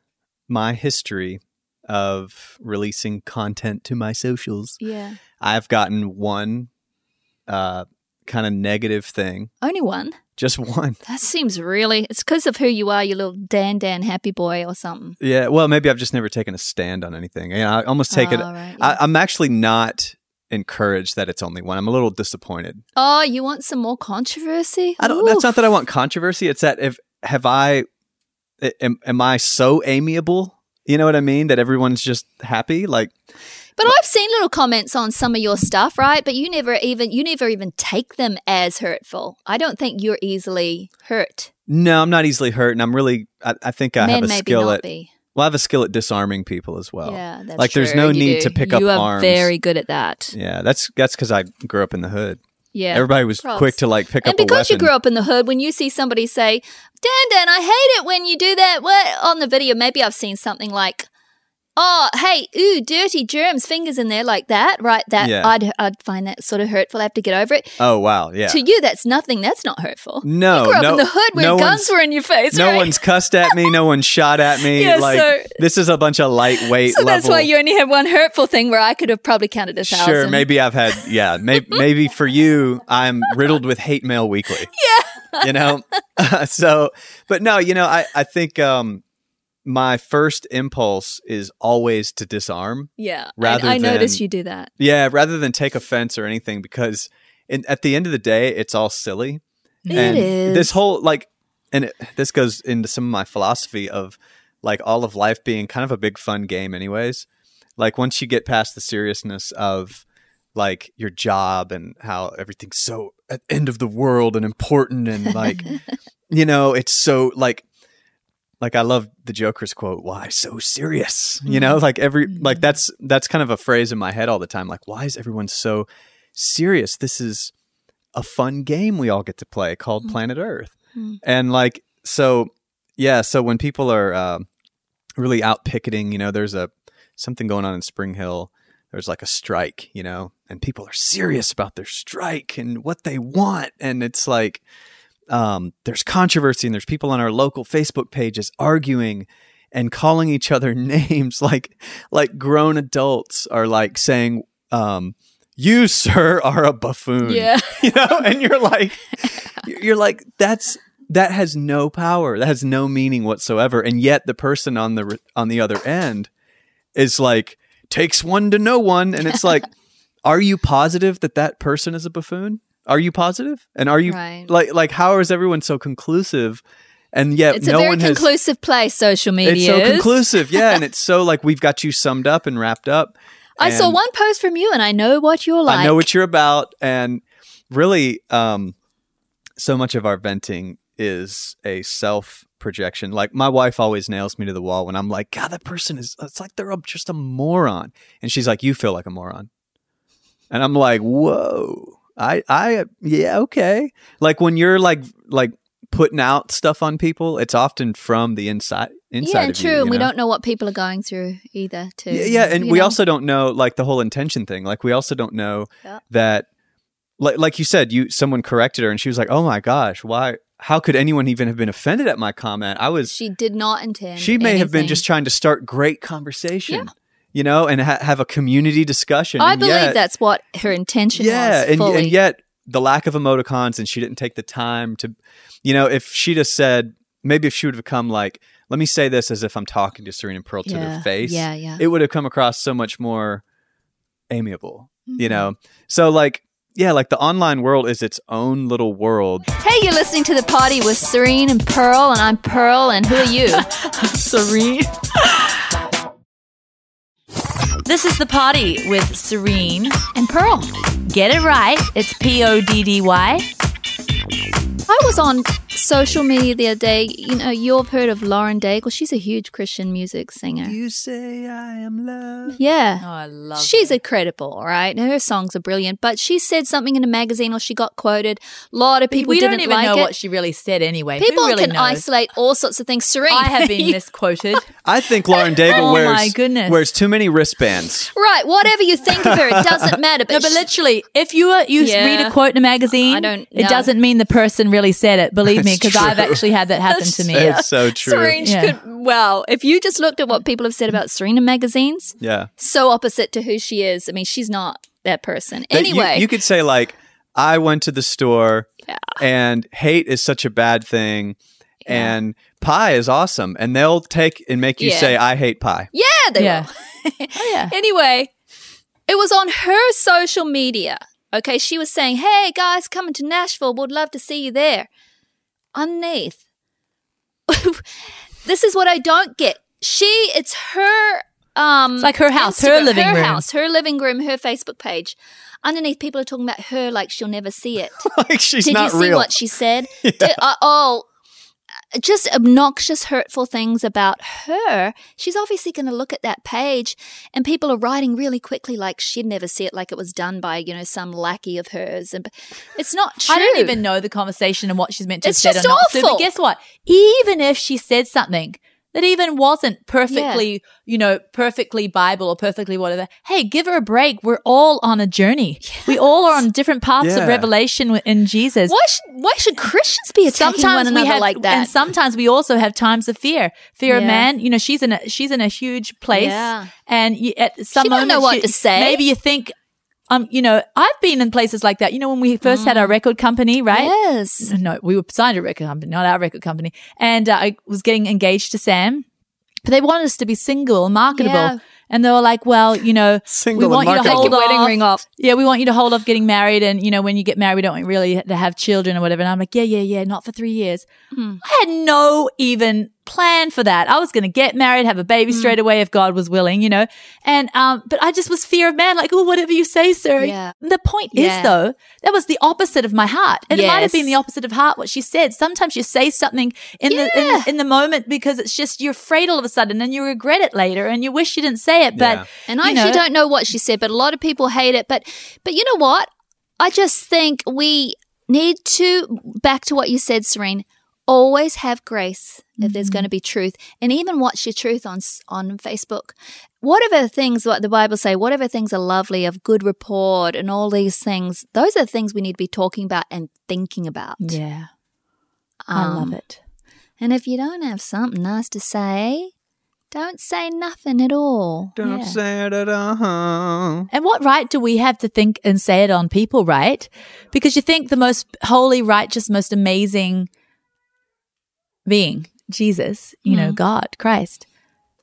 [SPEAKER 3] my history of releasing content to my socials,
[SPEAKER 4] Yeah.
[SPEAKER 3] I've gotten one uh, kind of negative thing,
[SPEAKER 4] Only one.
[SPEAKER 3] just <laughs> one.
[SPEAKER 4] That seems really. It's because of who you are, you little Dan Dan happy boy or something.
[SPEAKER 3] Yeah. Well, maybe I've just never taken a stand on anything. You know, I almost take it.
[SPEAKER 4] Oh, right, yeah.
[SPEAKER 3] I, I'm actually not encouraged that it's only one. I'm a little disappointed.
[SPEAKER 4] oh, you want some more controversy?
[SPEAKER 3] I don't. That's not that I want controversy. It's that if have I, a- am, am I so amiable? You know what I mean? That everyone's just happy. Like
[SPEAKER 4] But I've seen little comments on some of your stuff, right? But you never even you never even take them as hurtful. I don't think you're easily hurt.
[SPEAKER 3] no, I'm not easily hurt, and I'm really. I, I think I
[SPEAKER 4] Men
[SPEAKER 3] have a
[SPEAKER 4] maybe
[SPEAKER 3] skill
[SPEAKER 4] not
[SPEAKER 3] at.
[SPEAKER 4] be.
[SPEAKER 3] Well, I have a skill at disarming people as well.
[SPEAKER 4] yeah, that's
[SPEAKER 3] like
[SPEAKER 4] true.
[SPEAKER 3] there's no
[SPEAKER 4] You
[SPEAKER 3] need
[SPEAKER 4] do.
[SPEAKER 3] to pick up
[SPEAKER 4] You are
[SPEAKER 3] arms.
[SPEAKER 4] very good at that.
[SPEAKER 3] Yeah, that's that's because I grew up in the hood.
[SPEAKER 4] Yeah.
[SPEAKER 3] Everybody was
[SPEAKER 4] Props.
[SPEAKER 3] quick to like pick
[SPEAKER 4] and
[SPEAKER 3] up a
[SPEAKER 4] because you
[SPEAKER 3] weapon.
[SPEAKER 4] grew up in the hood, when you see somebody say, Dan Dan, I hate it when you do that what on the video, maybe I've seen something like Oh, hey, ooh, dirty germs, fingers in there like that, right? That
[SPEAKER 3] Yeah.
[SPEAKER 4] I'd I'd find that sort of hurtful. I have to get over it.
[SPEAKER 3] oh wow, yeah.
[SPEAKER 4] To you, that's nothing. That's not hurtful.
[SPEAKER 3] no,
[SPEAKER 4] you grew up
[SPEAKER 3] no,
[SPEAKER 4] in the hood where
[SPEAKER 3] no
[SPEAKER 4] guns
[SPEAKER 3] one's-
[SPEAKER 4] were in your face.
[SPEAKER 3] No
[SPEAKER 4] right?
[SPEAKER 3] one's cussed at me. No one shot at me.
[SPEAKER 4] <laughs> Yeah,
[SPEAKER 3] like
[SPEAKER 4] so-
[SPEAKER 3] this is a bunch of lightweight.
[SPEAKER 4] <laughs> So that's
[SPEAKER 3] level-
[SPEAKER 4] why you only had one hurtful thing where I could have probably counted a thousand.
[SPEAKER 3] Sure, maybe I've had yeah,
[SPEAKER 4] <laughs>
[SPEAKER 3] maybe maybe for you I'm riddled with hate mail weekly. Yeah. You
[SPEAKER 4] <laughs>
[SPEAKER 3] know. <laughs> so, but no, you know, I I think um my first impulse is always to disarm.
[SPEAKER 4] Yeah. I-
[SPEAKER 3] Rather
[SPEAKER 4] I, noticed
[SPEAKER 3] than-
[SPEAKER 4] you do that.
[SPEAKER 3] Yeah, rather than take offense or anything because in, at the end of the day it's all silly. and
[SPEAKER 4] it is.
[SPEAKER 3] this whole like and it, this goes into some of my philosophy of like all of life being kind of a big fun game anyways like once you get past the seriousness of like your job and how everything's so at end of the world and important and
[SPEAKER 4] <laughs>
[SPEAKER 3] like you know it's so like like I love the Joker's quote, why so serious? You know, like every
[SPEAKER 4] Mm-hmm.
[SPEAKER 3] like that's that's kind of a phrase in my head all the time. Like, why is everyone so serious? This is a fun game we all get to play called Planet Earth.
[SPEAKER 4] Mm.
[SPEAKER 3] And like so yeah, so when people are um really out picketing, you know, there's a something going on in Spring Hill. There's like a strike, you know, and people are serious about their strike and what they want. And it's like um, there's controversy and there's people on our local Facebook pages arguing and calling each other <laughs> names like like grown adults are like saying um, you sir are a buffoon
[SPEAKER 4] Yeah.
[SPEAKER 3] <laughs> you know and you're
[SPEAKER 4] <laughs>
[SPEAKER 3] like you're like that's that has no power that has no meaning whatsoever and yet the person on the re- on the other end is like takes one to know one and it's
[SPEAKER 4] <laughs>
[SPEAKER 3] like are you positive that that person is a buffoon are you positive and are you
[SPEAKER 4] Right.
[SPEAKER 3] like like how is everyone so conclusive and yet
[SPEAKER 4] It's
[SPEAKER 3] no
[SPEAKER 4] a very
[SPEAKER 3] one has
[SPEAKER 4] conclusive place, social media.
[SPEAKER 3] it's so
[SPEAKER 4] is.
[SPEAKER 3] conclusive yeah
[SPEAKER 4] <laughs>
[SPEAKER 3] and it's so like we've got you summed up and wrapped up
[SPEAKER 4] I saw
[SPEAKER 3] And-
[SPEAKER 4] one post from you and I know what you're like.
[SPEAKER 3] I know what you're about, and really, um, so much of our venting is a self projection. Like my wife always nails me to the wall when I'm like, "God, that person is." It's like they're just a moron, and she's like, "You feel like a moron," and I'm like, "Whoa." I, I, yeah, okay. Like when you're like, like putting out stuff on people, it's often from the inside. inside of
[SPEAKER 4] yeah,
[SPEAKER 3] you,
[SPEAKER 4] true.
[SPEAKER 3] you
[SPEAKER 4] and we
[SPEAKER 3] know?
[SPEAKER 4] don't know what people are going through either, too.
[SPEAKER 3] Yeah, yeah, and
[SPEAKER 4] you
[SPEAKER 3] we
[SPEAKER 4] know?
[SPEAKER 3] also don't know like the whole intention thing. Like we also don't know
[SPEAKER 4] Yeah.
[SPEAKER 3] that, like like you said, you someone corrected her and she was like, "Oh my gosh, why? How could anyone even have been offended at my comment? I was
[SPEAKER 4] She did not intend.
[SPEAKER 3] she may have been
[SPEAKER 4] anything.
[SPEAKER 3] just trying to start great conversation, you know, and ha- have a community discussion.
[SPEAKER 4] I
[SPEAKER 3] and
[SPEAKER 4] believe
[SPEAKER 3] yet-
[SPEAKER 4] that's what her intention
[SPEAKER 3] yeah,
[SPEAKER 4] was.
[SPEAKER 3] and,
[SPEAKER 4] fully.
[SPEAKER 3] and yet the lack of emoticons and she didn't take the time to, you know, if she'd have said maybe if she would have come like, let me say this as if I'm talking to Serena Pearl to
[SPEAKER 4] yeah.
[SPEAKER 3] their face,
[SPEAKER 4] Yeah, yeah.
[SPEAKER 3] it would have come across so much more amiable,
[SPEAKER 4] Mm-hmm.
[SPEAKER 3] you know. So like, yeah, like the online world is its own little world.
[SPEAKER 4] Hey, you're listening to the party with Serene and Pearl, and I'm Pearl, and who
[SPEAKER 3] <laughs>
[SPEAKER 4] are you?
[SPEAKER 2] Serene.
[SPEAKER 1] This is the potty with Serene.
[SPEAKER 4] and Pearl.
[SPEAKER 1] Get it right. It's P O D D Y.
[SPEAKER 4] I was on social media the other day. You know, you've heard of Lauren Daigle. She's a huge Christian music singer.
[SPEAKER 3] You say I am love.
[SPEAKER 4] Yeah.
[SPEAKER 2] Oh, I love
[SPEAKER 4] She's incredible, all right? Her songs are brilliant, but she said something in a magazine or she got quoted. A lot of people
[SPEAKER 2] we
[SPEAKER 4] didn't
[SPEAKER 2] don't even
[SPEAKER 4] like
[SPEAKER 2] know
[SPEAKER 4] it.
[SPEAKER 2] what she really said anyway. Who
[SPEAKER 4] people
[SPEAKER 2] really
[SPEAKER 4] can
[SPEAKER 2] knows?
[SPEAKER 4] isolate all sorts of things. Serene.
[SPEAKER 2] I
[SPEAKER 4] <laughs>
[SPEAKER 2] have been misquoted.
[SPEAKER 3] I think Lauren Daigle
[SPEAKER 2] Oh my
[SPEAKER 3] wears
[SPEAKER 2] goodness.
[SPEAKER 3] wears too many wristbands.
[SPEAKER 4] right, whatever you think of her, it doesn't matter. But,
[SPEAKER 2] No, but
[SPEAKER 4] she-
[SPEAKER 2] literally, if you are, you
[SPEAKER 4] Yeah.
[SPEAKER 2] read a quote in a magazine,
[SPEAKER 4] I don't know.
[SPEAKER 2] it doesn't mean the person really said it. Believe me,
[SPEAKER 3] That's
[SPEAKER 2] because I've
[SPEAKER 3] true.
[SPEAKER 2] actually had that happen to me.
[SPEAKER 3] It's so true.
[SPEAKER 4] Serene she
[SPEAKER 2] Yeah.
[SPEAKER 4] could wow. If you just looked at what people have said about Serena magazines,
[SPEAKER 3] Yeah.
[SPEAKER 4] so opposite to who she is. I mean, she's not that person.
[SPEAKER 3] That you-
[SPEAKER 4] Anyway,
[SPEAKER 3] you, could say like, I went to the store, and hate is such a bad thing, and pie is awesome, and they'll take and make you
[SPEAKER 4] Yeah.
[SPEAKER 3] say I hate pie.
[SPEAKER 4] yeah, they
[SPEAKER 2] Yeah.
[SPEAKER 4] will. <laughs>
[SPEAKER 2] Oh, yeah.
[SPEAKER 4] Anyway, it was on her social media. Okay, she was saying, "Hey guys, coming to Nashville. Would love to see you there." Underneath, <laughs> this is what I don't get. She, it's her. Um,
[SPEAKER 2] It's like her house, her
[SPEAKER 4] Instagram-
[SPEAKER 2] living
[SPEAKER 4] her
[SPEAKER 2] room.
[SPEAKER 4] house, her living room, her Facebook page. Underneath, people are talking about her like she'll never see it.
[SPEAKER 3] <laughs> like she's
[SPEAKER 4] Did
[SPEAKER 3] not
[SPEAKER 4] you see
[SPEAKER 3] real.
[SPEAKER 4] what she said? Did- uh, oh, just obnoxious, hurtful things about her. She's obviously going to look at that page, and people are writing really quickly, like she'd never see it, like it was done by you know some lackey of hers, and it's not true.
[SPEAKER 2] I don't even know the conversation and what she's meant to
[SPEAKER 4] It's
[SPEAKER 2] have said
[SPEAKER 4] just
[SPEAKER 2] or not. So,
[SPEAKER 4] awful.
[SPEAKER 2] but guess what? Even if she said something that even wasn't perfectly, you know, perfectly Bible or perfectly whatever, hey, give her a break. We're all on a journey. We all are on different paths
[SPEAKER 3] Yeah.
[SPEAKER 2] of revelation wi- in Jesus.
[SPEAKER 4] Why should why should Christians be attacking one another
[SPEAKER 2] have,
[SPEAKER 4] like that?
[SPEAKER 2] and sometimes we also have times of fear. Fear of
[SPEAKER 4] Yeah.
[SPEAKER 2] man. You know, she's in a she's in a huge place,
[SPEAKER 4] Yeah.
[SPEAKER 2] and you, at some
[SPEAKER 4] She don't
[SPEAKER 2] moment,
[SPEAKER 4] know what to say.
[SPEAKER 2] Maybe you think, um, you know, I've been in places like that. You know, when we first
[SPEAKER 4] Mm.
[SPEAKER 2] had our record company, right?
[SPEAKER 4] yes,
[SPEAKER 2] no, we were signed to a record company, not our record company. And uh, I was getting engaged to Sam, but they wanted us to be single and marketable.
[SPEAKER 4] Yeah.
[SPEAKER 2] And they were like, well, you know,
[SPEAKER 3] Single
[SPEAKER 2] we want
[SPEAKER 3] and
[SPEAKER 2] you to
[SPEAKER 4] take
[SPEAKER 3] marketable.
[SPEAKER 2] hold
[SPEAKER 4] your wedding
[SPEAKER 2] off.
[SPEAKER 4] ring off.
[SPEAKER 2] Yeah, we want you to hold off getting married. And, you know, when you get married, we don't want really to have children or whatever. And I'm like, yeah, yeah, yeah, not for three years.
[SPEAKER 4] Mm-hmm.
[SPEAKER 2] I had no even plan for that. I was going to get married, have a baby
[SPEAKER 4] Mm.
[SPEAKER 2] straight away if God was willing, you know. And, um, but I just was fear of man, like, oh, whatever you say, sir.
[SPEAKER 4] Yeah.
[SPEAKER 2] The point
[SPEAKER 4] Yeah.
[SPEAKER 2] is, though, that was the opposite of my heart. And it might have been the
[SPEAKER 4] Yes.
[SPEAKER 2] opposite of heart what she said. Sometimes you say something in the in, the- in the moment because it's just you're afraid all of a sudden and you regret it later and you wish you didn't say it. But
[SPEAKER 3] Yeah.
[SPEAKER 4] And
[SPEAKER 2] you
[SPEAKER 4] I actually
[SPEAKER 2] know-
[SPEAKER 4] don't know what she said, but a lot of people hate it. But but you know what? I just think we need to back to what you said, Serene. Always have grace if
[SPEAKER 2] Mm-hmm.
[SPEAKER 4] there's going to be truth, and even watch your truth on s- on Facebook. Whatever things what the Bible say, whatever things are lovely of good report and all these things, those are the things we need to be talking about and thinking about.
[SPEAKER 2] yeah, I love
[SPEAKER 4] Um,
[SPEAKER 2] it.
[SPEAKER 4] And if you don't have something nice to say, don't say nothing at all.
[SPEAKER 3] Don't
[SPEAKER 2] Yeah.
[SPEAKER 3] say it at all.
[SPEAKER 2] And what right do we have to think and say it on people, right? Because you think the most holy, righteous, most amazing being, Jesus, you know, God, Christ,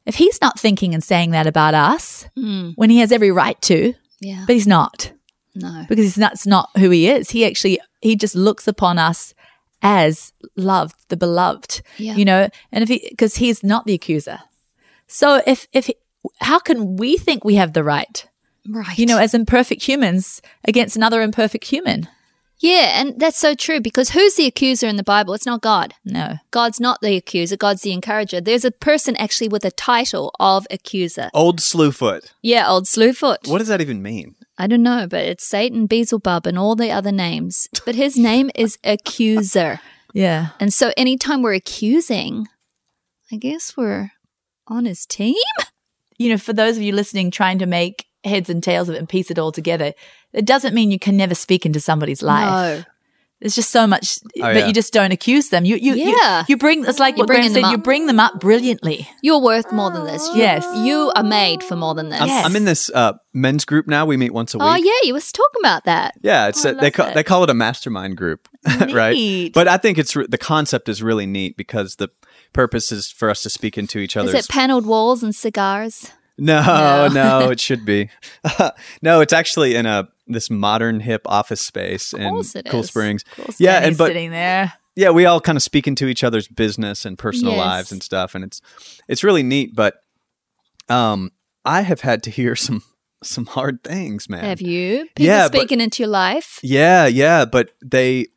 [SPEAKER 2] if he's not thinking and saying that about us when he has every right to,
[SPEAKER 4] Yeah.
[SPEAKER 2] but he's not
[SPEAKER 4] No.
[SPEAKER 2] because he's that's not who he is. He actually, he just looks upon us as loved, the beloved,
[SPEAKER 4] Yeah.
[SPEAKER 2] you know, and if he, because he's not the accuser. So if, if, he- how can we think we have the right?
[SPEAKER 4] Right.
[SPEAKER 2] you know, as imperfect humans against another imperfect human.
[SPEAKER 4] Yeah, and that's so true because who's the accuser in the Bible? It's not God.
[SPEAKER 2] No.
[SPEAKER 4] God's not the accuser, God's the encourager. There's a person actually with a title of accuser.
[SPEAKER 3] Old Slewfoot.
[SPEAKER 4] Yeah, old Slewfoot.
[SPEAKER 3] What does that even mean?
[SPEAKER 4] I don't know, but it's Satan, Beelzebub, and all the other names. But his name is accuser.
[SPEAKER 2] Yeah.
[SPEAKER 4] And so anytime we're accusing, I guess we're on his team.
[SPEAKER 2] You know, for those of you listening, trying to make heads and tails of it and piece it all together, it doesn't mean you can never speak into somebody's life.
[SPEAKER 4] No.
[SPEAKER 2] There's just so much that
[SPEAKER 3] Oh, yeah.
[SPEAKER 2] you just don't accuse them. You you
[SPEAKER 4] Yeah.
[SPEAKER 2] you, you bring it's like
[SPEAKER 4] You're
[SPEAKER 2] what Graham
[SPEAKER 4] bringing
[SPEAKER 2] said,
[SPEAKER 4] them
[SPEAKER 2] you
[SPEAKER 4] up.
[SPEAKER 2] bring them up brilliantly.
[SPEAKER 4] You're worth more than this. You-
[SPEAKER 2] Yes.
[SPEAKER 4] You are made for more than this.
[SPEAKER 3] I'm, I'm in this uh, men's group now. We meet once a week.
[SPEAKER 4] Oh, yeah. You was talking about that.
[SPEAKER 3] Yeah, it's
[SPEAKER 2] Oh, I
[SPEAKER 3] a, they
[SPEAKER 2] love
[SPEAKER 3] call,
[SPEAKER 2] it.
[SPEAKER 3] they call it a mastermind group, <laughs> right?
[SPEAKER 2] Neat.
[SPEAKER 3] But I think it's re- the concept is really neat because the purpose is for us to speak into each
[SPEAKER 4] Is
[SPEAKER 3] other's.
[SPEAKER 4] it paneled walls and cigars?
[SPEAKER 3] no, <laughs> no, it should be. no, it's actually in a this modern hip office space in
[SPEAKER 4] course it
[SPEAKER 3] Cool
[SPEAKER 4] is.
[SPEAKER 3] Springs.
[SPEAKER 4] Cool
[SPEAKER 3] yeah,
[SPEAKER 2] And
[SPEAKER 3] and
[SPEAKER 2] he's
[SPEAKER 3] but
[SPEAKER 2] sitting there.
[SPEAKER 3] yeah, we all kind of speak into each other's business and personal
[SPEAKER 4] Yes.
[SPEAKER 3] lives and stuff, and it's it's really neat. But um, I have had to hear <laughs> some some hard things, man.
[SPEAKER 4] Have you? People
[SPEAKER 3] Yeah, but-
[SPEAKER 4] speaking into your life.
[SPEAKER 3] Yeah, yeah, but they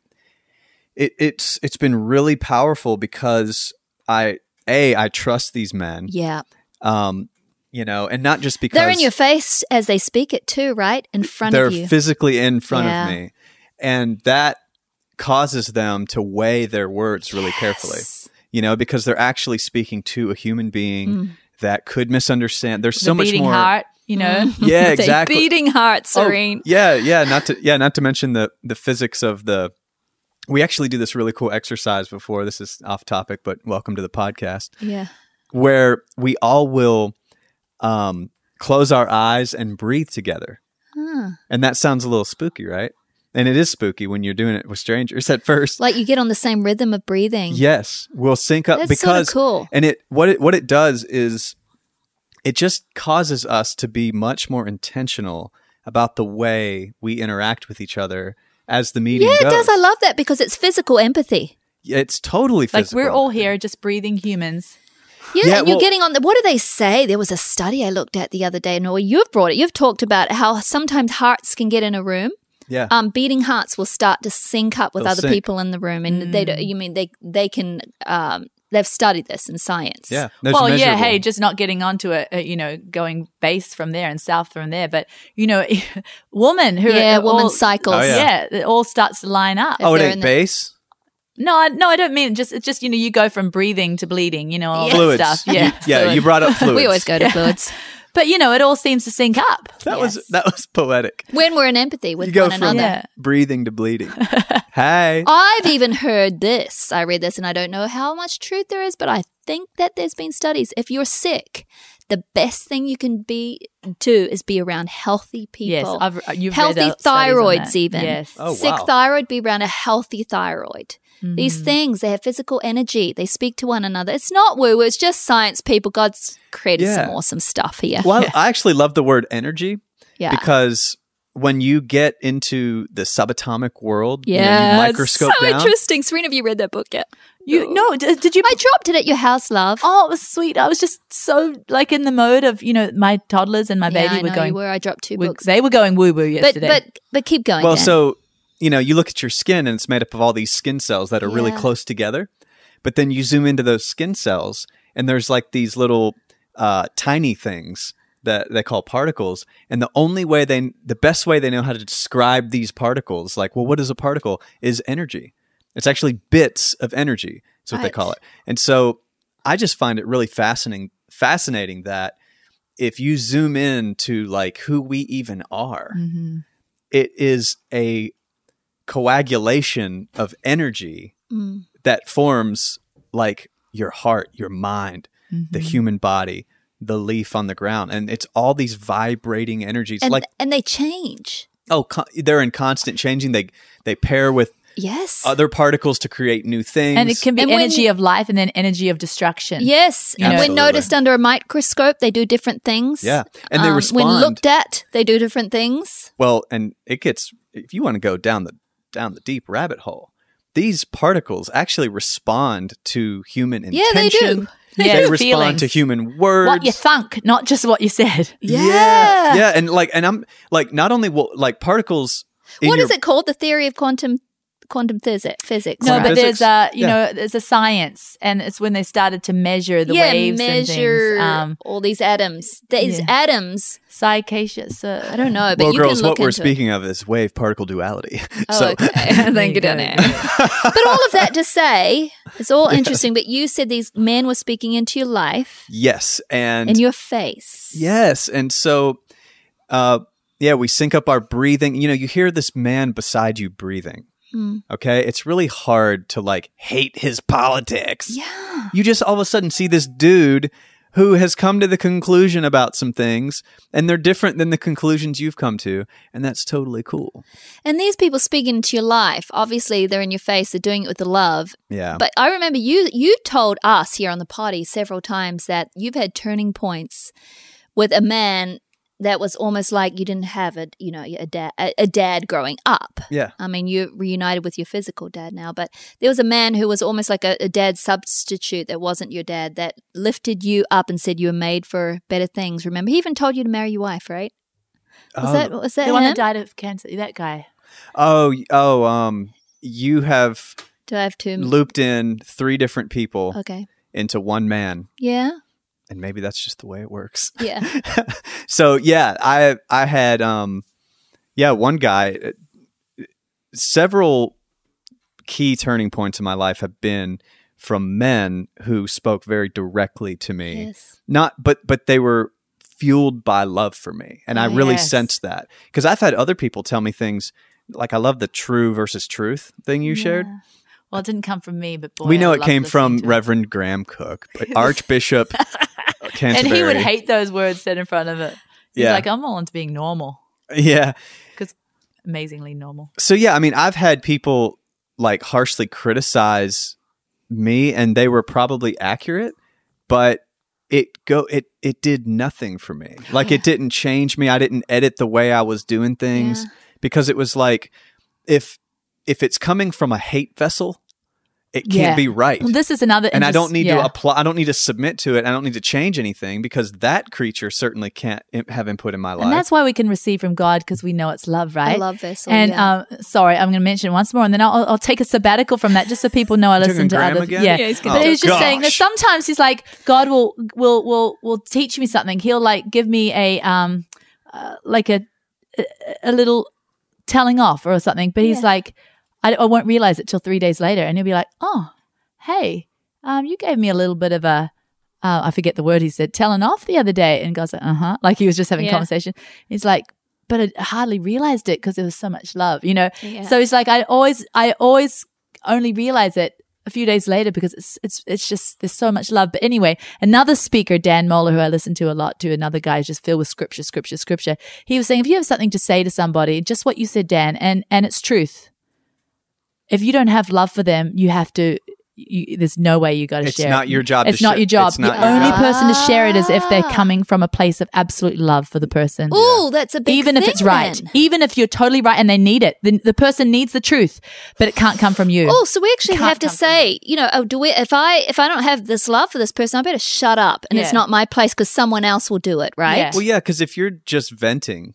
[SPEAKER 3] it, it's it's been really powerful because I a I trust these men.
[SPEAKER 4] Yeah.
[SPEAKER 3] Um, you know, and not just because
[SPEAKER 4] They're in your face as they speak it too, right? In front
[SPEAKER 3] they're
[SPEAKER 4] of you.
[SPEAKER 3] physically in front
[SPEAKER 4] Yeah.
[SPEAKER 3] of me. And that causes them to weigh their words really carefully. You know, because they're actually speaking to a human being
[SPEAKER 4] Mm.
[SPEAKER 3] that could misunderstand. There's so
[SPEAKER 2] the
[SPEAKER 3] much
[SPEAKER 2] beating
[SPEAKER 3] more
[SPEAKER 4] <laughs>
[SPEAKER 2] heart, you know.
[SPEAKER 3] Yeah,
[SPEAKER 4] It's a
[SPEAKER 3] exactly.
[SPEAKER 4] beating heart,
[SPEAKER 3] Oh,
[SPEAKER 4] Serene.
[SPEAKER 3] yeah, yeah, not to yeah, not to mention the the physics of the we actually do this really cool exercise before. This is off topic, but welcome to the podcast
[SPEAKER 4] Yeah.
[SPEAKER 3] where we all will um close our eyes and breathe together.
[SPEAKER 4] Huh.
[SPEAKER 3] And that sounds a little spooky, right? And it is spooky when you're doing it with strangers at
[SPEAKER 4] <laughs>
[SPEAKER 3] first.
[SPEAKER 4] Like you get on the same rhythm of breathing.
[SPEAKER 3] Yes, we'll sync up
[SPEAKER 4] That's sort of
[SPEAKER 3] because
[SPEAKER 4] cool.
[SPEAKER 3] and it what it what it does is it just causes us to be much more intentional about the way we interact with each other as the meeting
[SPEAKER 4] Yeah, it
[SPEAKER 3] goes.
[SPEAKER 4] does. I love that because it's physical empathy.
[SPEAKER 3] it's totally
[SPEAKER 2] Like
[SPEAKER 3] physical.
[SPEAKER 2] we're all here just breathing humans.
[SPEAKER 4] Yeah,
[SPEAKER 3] Yeah,
[SPEAKER 4] and you're
[SPEAKER 3] well-
[SPEAKER 4] getting on the. What do they say? There was a study I looked at the other day, and you've brought it. You've talked about how sometimes hearts can get in a room.
[SPEAKER 3] Yeah.
[SPEAKER 4] Um, beating hearts will start to sync up with
[SPEAKER 3] They'll
[SPEAKER 4] other
[SPEAKER 3] sync. Mm.
[SPEAKER 4] people in the room, and they. do- You mean they? They can. Um, they've studied this in science.
[SPEAKER 3] yeah. There's
[SPEAKER 2] well, yeah,
[SPEAKER 3] measurable-
[SPEAKER 2] hey, just not getting onto it, uh, you know, going base from there and south from there. But you know, <laughs> woman who
[SPEAKER 4] Yeah,
[SPEAKER 2] it
[SPEAKER 4] woman
[SPEAKER 2] all-
[SPEAKER 4] cycles.
[SPEAKER 3] Oh, yeah.
[SPEAKER 2] yeah, it all starts to line up.
[SPEAKER 4] if
[SPEAKER 3] Oh, it
[SPEAKER 4] they're
[SPEAKER 3] ain't
[SPEAKER 4] in the- <laughs>
[SPEAKER 3] base.
[SPEAKER 2] No, I, no, I don't mean it. just. It's just you know, you go from breathing to bleeding, you know, all that
[SPEAKER 3] Fluids.
[SPEAKER 2] stuff.
[SPEAKER 3] You-
[SPEAKER 2] Yeah,
[SPEAKER 3] yeah. You
[SPEAKER 2] fluid.
[SPEAKER 3] brought up fluids.
[SPEAKER 4] <laughs> We always go to fluids
[SPEAKER 2] but you know, it all seems to sync up.
[SPEAKER 3] That was that was poetic.
[SPEAKER 4] when we're in empathy with
[SPEAKER 3] you go
[SPEAKER 4] one
[SPEAKER 3] from
[SPEAKER 4] another.
[SPEAKER 2] Yeah.
[SPEAKER 3] breathing to
[SPEAKER 4] <laughs>
[SPEAKER 3] bleeding. hey.
[SPEAKER 4] I've even heard this. I read this and I don't know how much truth there is, but I think that there's been studies. If you're sick, the best thing you can be do is be around healthy people.
[SPEAKER 2] Yes, I've, uh, you've
[SPEAKER 4] healthy
[SPEAKER 2] read out studies on
[SPEAKER 4] thyroids
[SPEAKER 2] that.
[SPEAKER 4] even.
[SPEAKER 2] Yes.
[SPEAKER 3] Oh,
[SPEAKER 4] Sick
[SPEAKER 3] wow.
[SPEAKER 4] thyroid, be around a healthy thyroid. These
[SPEAKER 2] Mm.
[SPEAKER 4] things, they have physical energy. They speak to one another. It's not woo, it's just science, people. God's created
[SPEAKER 3] Yeah.
[SPEAKER 4] some awesome stuff here.
[SPEAKER 3] Well, I actually love the word energy
[SPEAKER 4] Yeah.
[SPEAKER 3] because when you get into the subatomic world, you know, you microscope
[SPEAKER 4] so
[SPEAKER 3] down.
[SPEAKER 4] interesting. Serena, have you read that book yet?
[SPEAKER 2] You no, d- did you?
[SPEAKER 4] I dropped it at your house, love.
[SPEAKER 2] Oh, it was sweet. I was just so like in the mode of you know my toddlers and my
[SPEAKER 4] yeah,
[SPEAKER 2] baby
[SPEAKER 4] I
[SPEAKER 2] were
[SPEAKER 4] know
[SPEAKER 2] going.
[SPEAKER 4] you were. I dropped two
[SPEAKER 2] were-
[SPEAKER 4] books.
[SPEAKER 2] they were going woo woo
[SPEAKER 4] But
[SPEAKER 2] yesterday.
[SPEAKER 4] but but keep going.
[SPEAKER 3] Well,
[SPEAKER 4] Dan.
[SPEAKER 3] so you know, you look at your skin and it's made up of all these skin cells that are really
[SPEAKER 4] Yeah.
[SPEAKER 3] close together. But then you zoom into those skin cells and there's like these little uh, tiny things that they call particles. And the only way they the best way they know how to describe these particles, like, well, what is a particle? Is energy. It's actually bits of energy, is what they
[SPEAKER 4] Right.
[SPEAKER 3] call it. And so I just find it really fascinating fascinating that if you zoom in to like who we even are,
[SPEAKER 2] Mhm.
[SPEAKER 3] it is a coagulation of energy
[SPEAKER 4] Mm.
[SPEAKER 3] that forms like your heart, your mind, the human body, the leaf on the ground, and it's all these vibrating energies.
[SPEAKER 4] and
[SPEAKER 3] like
[SPEAKER 4] and they change.
[SPEAKER 3] oh, con- they're in constant changing. They they pair with
[SPEAKER 4] Yes.
[SPEAKER 3] other particles to create new things.
[SPEAKER 2] and it can be
[SPEAKER 4] And when-
[SPEAKER 2] energy of life and then energy of destruction.
[SPEAKER 4] yes.
[SPEAKER 2] You
[SPEAKER 4] and
[SPEAKER 2] know-
[SPEAKER 4] when
[SPEAKER 3] Absolutely.
[SPEAKER 4] noticed under a microscope, they do different things.
[SPEAKER 3] yeah, and they
[SPEAKER 4] Um,
[SPEAKER 3] respond
[SPEAKER 4] When looked at, they do different things.
[SPEAKER 3] well, and it gets if you want to go down the down the deep rabbit hole. These particles actually respond to human intention.
[SPEAKER 4] Yeah, they do.
[SPEAKER 2] Yeah,
[SPEAKER 3] they respond
[SPEAKER 2] feelings.
[SPEAKER 3] to human words.
[SPEAKER 2] What you thunk, not just what you said.
[SPEAKER 3] yeah, yeah, and like, and I'm like, not only will like particles. in
[SPEAKER 4] What
[SPEAKER 3] your-
[SPEAKER 4] is it called? The theory of quantum quantum physics. Physics.
[SPEAKER 2] No,
[SPEAKER 4] right?
[SPEAKER 2] but
[SPEAKER 3] Physics?
[SPEAKER 2] there's a you
[SPEAKER 3] Yeah.
[SPEAKER 2] know there's a science, and it's when they started to measure the
[SPEAKER 4] yeah,
[SPEAKER 2] waves
[SPEAKER 4] measure
[SPEAKER 2] and things. Um,
[SPEAKER 4] all these atoms. These
[SPEAKER 2] Yeah.
[SPEAKER 4] atoms.
[SPEAKER 2] psychaceous. Uh,
[SPEAKER 4] I don't know, but
[SPEAKER 3] well,
[SPEAKER 4] you
[SPEAKER 3] girls,
[SPEAKER 4] can look
[SPEAKER 3] what we're
[SPEAKER 4] into it.
[SPEAKER 3] speaking of is wave particle duality. <laughs>
[SPEAKER 4] Oh,
[SPEAKER 3] so,
[SPEAKER 4] okay. <laughs> Thank
[SPEAKER 2] you
[SPEAKER 4] you, don't
[SPEAKER 2] go.
[SPEAKER 3] <laughs>
[SPEAKER 4] know. But all of that to say, it's all interesting. But you said these men were speaking into your life
[SPEAKER 3] yes, and
[SPEAKER 4] and your face.
[SPEAKER 3] Yes. And so, uh, yeah, we sync up our breathing. You know, you hear this man beside you breathing.
[SPEAKER 4] Hmm.
[SPEAKER 3] Okay. It's really hard to like hate his politics.
[SPEAKER 4] Yeah.
[SPEAKER 3] You just all of a sudden see this dude who has come to the conclusion about some things and they're different than the conclusions you've come to. And that's totally cool.
[SPEAKER 4] And these people speaking into your life. Obviously, they're in your face. They're doing it with the love.
[SPEAKER 3] Yeah.
[SPEAKER 4] But I remember you you told us here on the party several times that you've had turning points with a man that was almost like you didn't have a you know a dad a, a dad growing up.
[SPEAKER 3] Yeah.
[SPEAKER 4] I mean, you're reunited with your physical dad now, but there was a man who was almost like a, a dad substitute that wasn't your dad that lifted you up and said you were made for better things. Remember, he even told you to marry your wife, right? Was
[SPEAKER 3] oh,
[SPEAKER 4] that was that
[SPEAKER 2] the one
[SPEAKER 4] him?
[SPEAKER 2] that died of cancer. That guy.
[SPEAKER 3] oh, oh, um, you have
[SPEAKER 4] Do I have two?
[SPEAKER 3] looped in three different people
[SPEAKER 4] okay.
[SPEAKER 3] into one man.
[SPEAKER 4] Yeah.
[SPEAKER 3] And maybe that's just the way it works. <laughs>
[SPEAKER 4] Yeah.
[SPEAKER 3] so yeah, I I had um yeah, one guy uh, several key turning points in my life have been from men who spoke very directly to me.
[SPEAKER 4] yes.
[SPEAKER 3] Not but but they were fueled by love for me. And I
[SPEAKER 2] Oh,
[SPEAKER 3] really
[SPEAKER 2] yes.
[SPEAKER 3] sensed that cuz I've had other people tell me things like I love the true versus truth thing you shared.
[SPEAKER 2] Yeah. Well, it didn't come from me, but boy,
[SPEAKER 3] we
[SPEAKER 2] I
[SPEAKER 3] know it
[SPEAKER 2] loved
[SPEAKER 3] came
[SPEAKER 2] listening
[SPEAKER 3] from
[SPEAKER 2] to it.
[SPEAKER 3] Reverend Graham Cook, but
[SPEAKER 2] <laughs>
[SPEAKER 3] Archbishop Canterbury.
[SPEAKER 2] and he would hate those words said in front of it. He's
[SPEAKER 3] Yeah.
[SPEAKER 2] like, I'm all into being normal,
[SPEAKER 3] Yeah.
[SPEAKER 2] amazingly normal.
[SPEAKER 3] so yeah, I mean, I've had people like harshly criticize me, and they were probably accurate, but it go it it did nothing for me. Like
[SPEAKER 2] <laughs>
[SPEAKER 3] it didn't change me. I didn't edit the way I was doing things
[SPEAKER 4] Yeah.
[SPEAKER 3] because it was like if if it's coming from a hate vessel, it can't
[SPEAKER 2] Yeah.
[SPEAKER 3] be right.
[SPEAKER 2] Well, this is another,
[SPEAKER 3] and I don't
[SPEAKER 2] interest-
[SPEAKER 3] need
[SPEAKER 2] yeah.
[SPEAKER 3] to apply. I don't need to submit to it. I don't need to change anything because that creature certainly can't im- have input in my life.
[SPEAKER 2] And that's why we can receive from God because we know it's love, right?
[SPEAKER 4] I love this.
[SPEAKER 2] And
[SPEAKER 4] yeah.
[SPEAKER 2] um, sorry, I'm going to mention once more, and then I'll, I'll take a sabbatical from that, just so people know I
[SPEAKER 3] You're
[SPEAKER 2] listen
[SPEAKER 3] doing
[SPEAKER 2] to
[SPEAKER 3] Graham
[SPEAKER 2] others.
[SPEAKER 3] again?
[SPEAKER 2] Yeah,
[SPEAKER 3] Yeah, he's gonna
[SPEAKER 2] but
[SPEAKER 3] do
[SPEAKER 2] he was
[SPEAKER 3] it.
[SPEAKER 2] just saying that
[SPEAKER 3] Gosh.
[SPEAKER 2] sometimes he's like, God will will will will teach me something. He'll like give me a um, uh, like a a- a little telling off or something. But he's
[SPEAKER 4] Yeah.
[SPEAKER 2] like, I, I won't realize it till three days later, and he'll be like, Oh, hey, um, you gave me a little bit of a. Uh, I forget the word he said, telling off the other day. And God's like, uh huh. Like he was just having
[SPEAKER 4] Yeah.
[SPEAKER 2] conversation. He's like, but I hardly realized it because there was so much love, you know.
[SPEAKER 4] Yeah.
[SPEAKER 2] So it's like I always, I always only realize it a few days later because it's it's it's just there's so much love. But anyway, another speaker, Dan Moeller, who I listen to a lot, to another guy who's just filled with scripture, scripture, scripture. He was saying, if you have something to say to somebody, just what you said, Dan, and and it's truth. If you don't have love for them, you have to. You, there's no way you got to
[SPEAKER 3] it's
[SPEAKER 2] share.
[SPEAKER 3] not
[SPEAKER 2] it.
[SPEAKER 3] your job.
[SPEAKER 2] It's
[SPEAKER 3] to
[SPEAKER 2] not
[SPEAKER 3] share-
[SPEAKER 2] your job.
[SPEAKER 3] It's not
[SPEAKER 2] the
[SPEAKER 3] your
[SPEAKER 2] only
[SPEAKER 3] job.
[SPEAKER 2] person to share it is if they're
[SPEAKER 4] Ah.
[SPEAKER 2] coming from a place of absolute love for the person
[SPEAKER 4] Ooh, that's a big
[SPEAKER 2] even if
[SPEAKER 4] thing
[SPEAKER 2] it's right,
[SPEAKER 4] then.
[SPEAKER 2] even if you're totally right and they need it, then the person needs the truth, but it can't come from you.
[SPEAKER 4] Oh, so we actually
[SPEAKER 2] Can't
[SPEAKER 4] have to
[SPEAKER 2] come from
[SPEAKER 4] say, you know, oh, do we? If I if I don't have this love for this person, I better shut up, and it's
[SPEAKER 2] Yeah.
[SPEAKER 4] not my place because someone else will do it, right?
[SPEAKER 2] Yeah.
[SPEAKER 3] Well, yeah, because if you're just venting,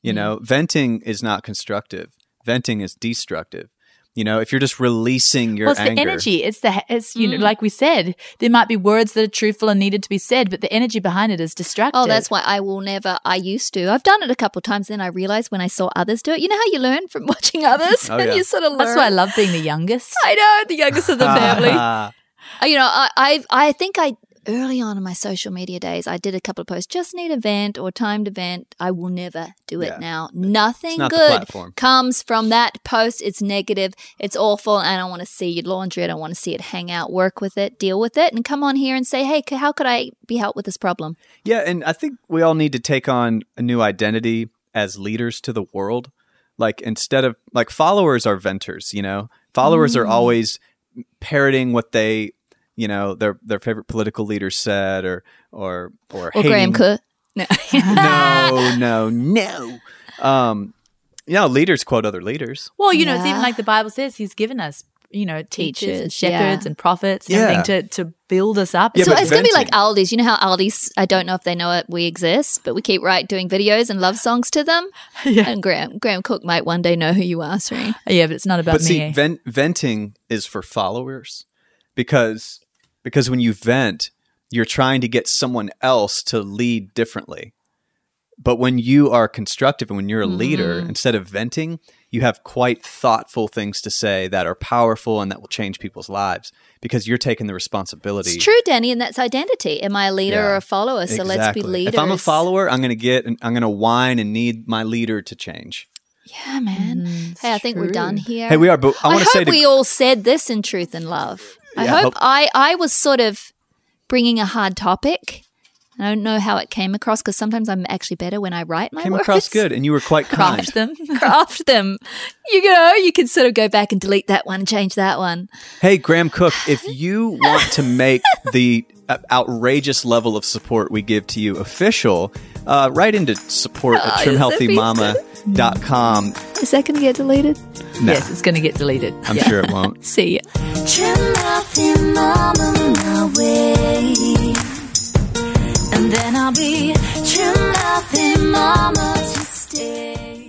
[SPEAKER 3] you know, venting is not constructive. Venting is destructive. You know, if you're just releasing your
[SPEAKER 2] well, it's
[SPEAKER 3] anger,
[SPEAKER 2] the energy. It's the it's you know, like we said, there might be words that are truthful and needed to be said, but the energy behind it is distracted.
[SPEAKER 4] Oh, that's why I will never. I used to. I've done it a couple times. Then I realized when I saw others do it. You know how you learn from <laughs> watching others,
[SPEAKER 3] Oh,
[SPEAKER 4] and
[SPEAKER 3] yeah.
[SPEAKER 4] you sort of learn.
[SPEAKER 2] that's why I love being the youngest.
[SPEAKER 4] I know the youngest of
[SPEAKER 3] <laughs>
[SPEAKER 4] the family.
[SPEAKER 3] Ah,
[SPEAKER 4] Uh, you know, I, I I think I early on in my social media days, I did a couple of posts. Just need a vent or time to vent. I will never do it
[SPEAKER 3] Yeah.
[SPEAKER 4] now. Nothing
[SPEAKER 3] It's not the
[SPEAKER 4] good
[SPEAKER 3] platform.
[SPEAKER 4] comes from that post. It's negative. It's awful. I don't want to see your laundry. I don't want to see it. Hang out. Work with it. Deal with it. And come on here and say, hey, c- how could I be helped with this problem?
[SPEAKER 3] yeah, and I think we all need to take on a new identity as leaders to the world. Like instead of like followers are venters, you know, followers are always parroting what they, you know, their their favorite political leader said, or or or,
[SPEAKER 4] Or
[SPEAKER 3] hating
[SPEAKER 4] Graham Cook. No.
[SPEAKER 3] no, no, no. Um, you know, leaders quote other leaders.
[SPEAKER 2] <laughs> Well, you know, it's
[SPEAKER 4] Yeah.
[SPEAKER 2] even like the Bible says, He's given us you know, teachers, and
[SPEAKER 4] Teachers,
[SPEAKER 2] shepherds
[SPEAKER 4] yeah.
[SPEAKER 2] and prophets and
[SPEAKER 3] Yeah.
[SPEAKER 2] everything to, to build us up.
[SPEAKER 3] Yeah,
[SPEAKER 4] so
[SPEAKER 3] but
[SPEAKER 4] it's going to be like
[SPEAKER 3] venting-
[SPEAKER 4] Aldi's. You know how Aldi's, I don't know if they know it, we exist, but we keep right doing videos and love songs
[SPEAKER 3] <laughs>
[SPEAKER 4] to them.
[SPEAKER 2] Yeah.
[SPEAKER 4] And Graham, Graham Cook might one day know who you are, Serene.
[SPEAKER 2] yeah, but it's not about
[SPEAKER 3] but
[SPEAKER 2] me.
[SPEAKER 3] see, ven- venting is for followers because because when you vent, you're trying to get someone else to lead differently. But when you are constructive and when you're a leader,
[SPEAKER 4] Mm-hmm.
[SPEAKER 3] instead of venting, you have quite thoughtful things to say that are powerful and that will change people's lives because you're taking the responsibility.
[SPEAKER 4] It's true, Danny, and that's identity. Am I a leader
[SPEAKER 3] Yeah.
[SPEAKER 4] or a follower? So let's be
[SPEAKER 3] Exactly.
[SPEAKER 4] leaders.
[SPEAKER 3] If I'm a follower, I'm going to get, I'm going to whine and need my leader to change.
[SPEAKER 4] Yeah, man. hey, I think we're done here.
[SPEAKER 3] Hey, we are, but I want to say
[SPEAKER 4] hope
[SPEAKER 3] to
[SPEAKER 4] we all said this in truth and love. I
[SPEAKER 3] Yeah, I
[SPEAKER 4] hope,
[SPEAKER 3] hope-
[SPEAKER 4] I I was sort of bringing a hard topic. I don't know how it came across because sometimes I'm actually better when I write my
[SPEAKER 3] came
[SPEAKER 4] words.
[SPEAKER 3] across good, and you were
[SPEAKER 4] <laughs>
[SPEAKER 3] quite kind.
[SPEAKER 4] Craft them, craft them. You know, you can sort of go back and delete that one, change that one.
[SPEAKER 3] Hey, Graham Cook, if you want to make
[SPEAKER 4] <laughs>
[SPEAKER 3] the uh, outrageous level of support we give to you official, uh, write into support at
[SPEAKER 4] Oh, it's so
[SPEAKER 3] trimhealthymama.com.
[SPEAKER 4] Is that going to get deleted?
[SPEAKER 3] No,
[SPEAKER 2] Yes, it's going to get deleted.
[SPEAKER 3] I'm sure it won't.
[SPEAKER 4] See ya.
[SPEAKER 1] Trim nothing mama my way. And then I'll be trim nothing mama to stay.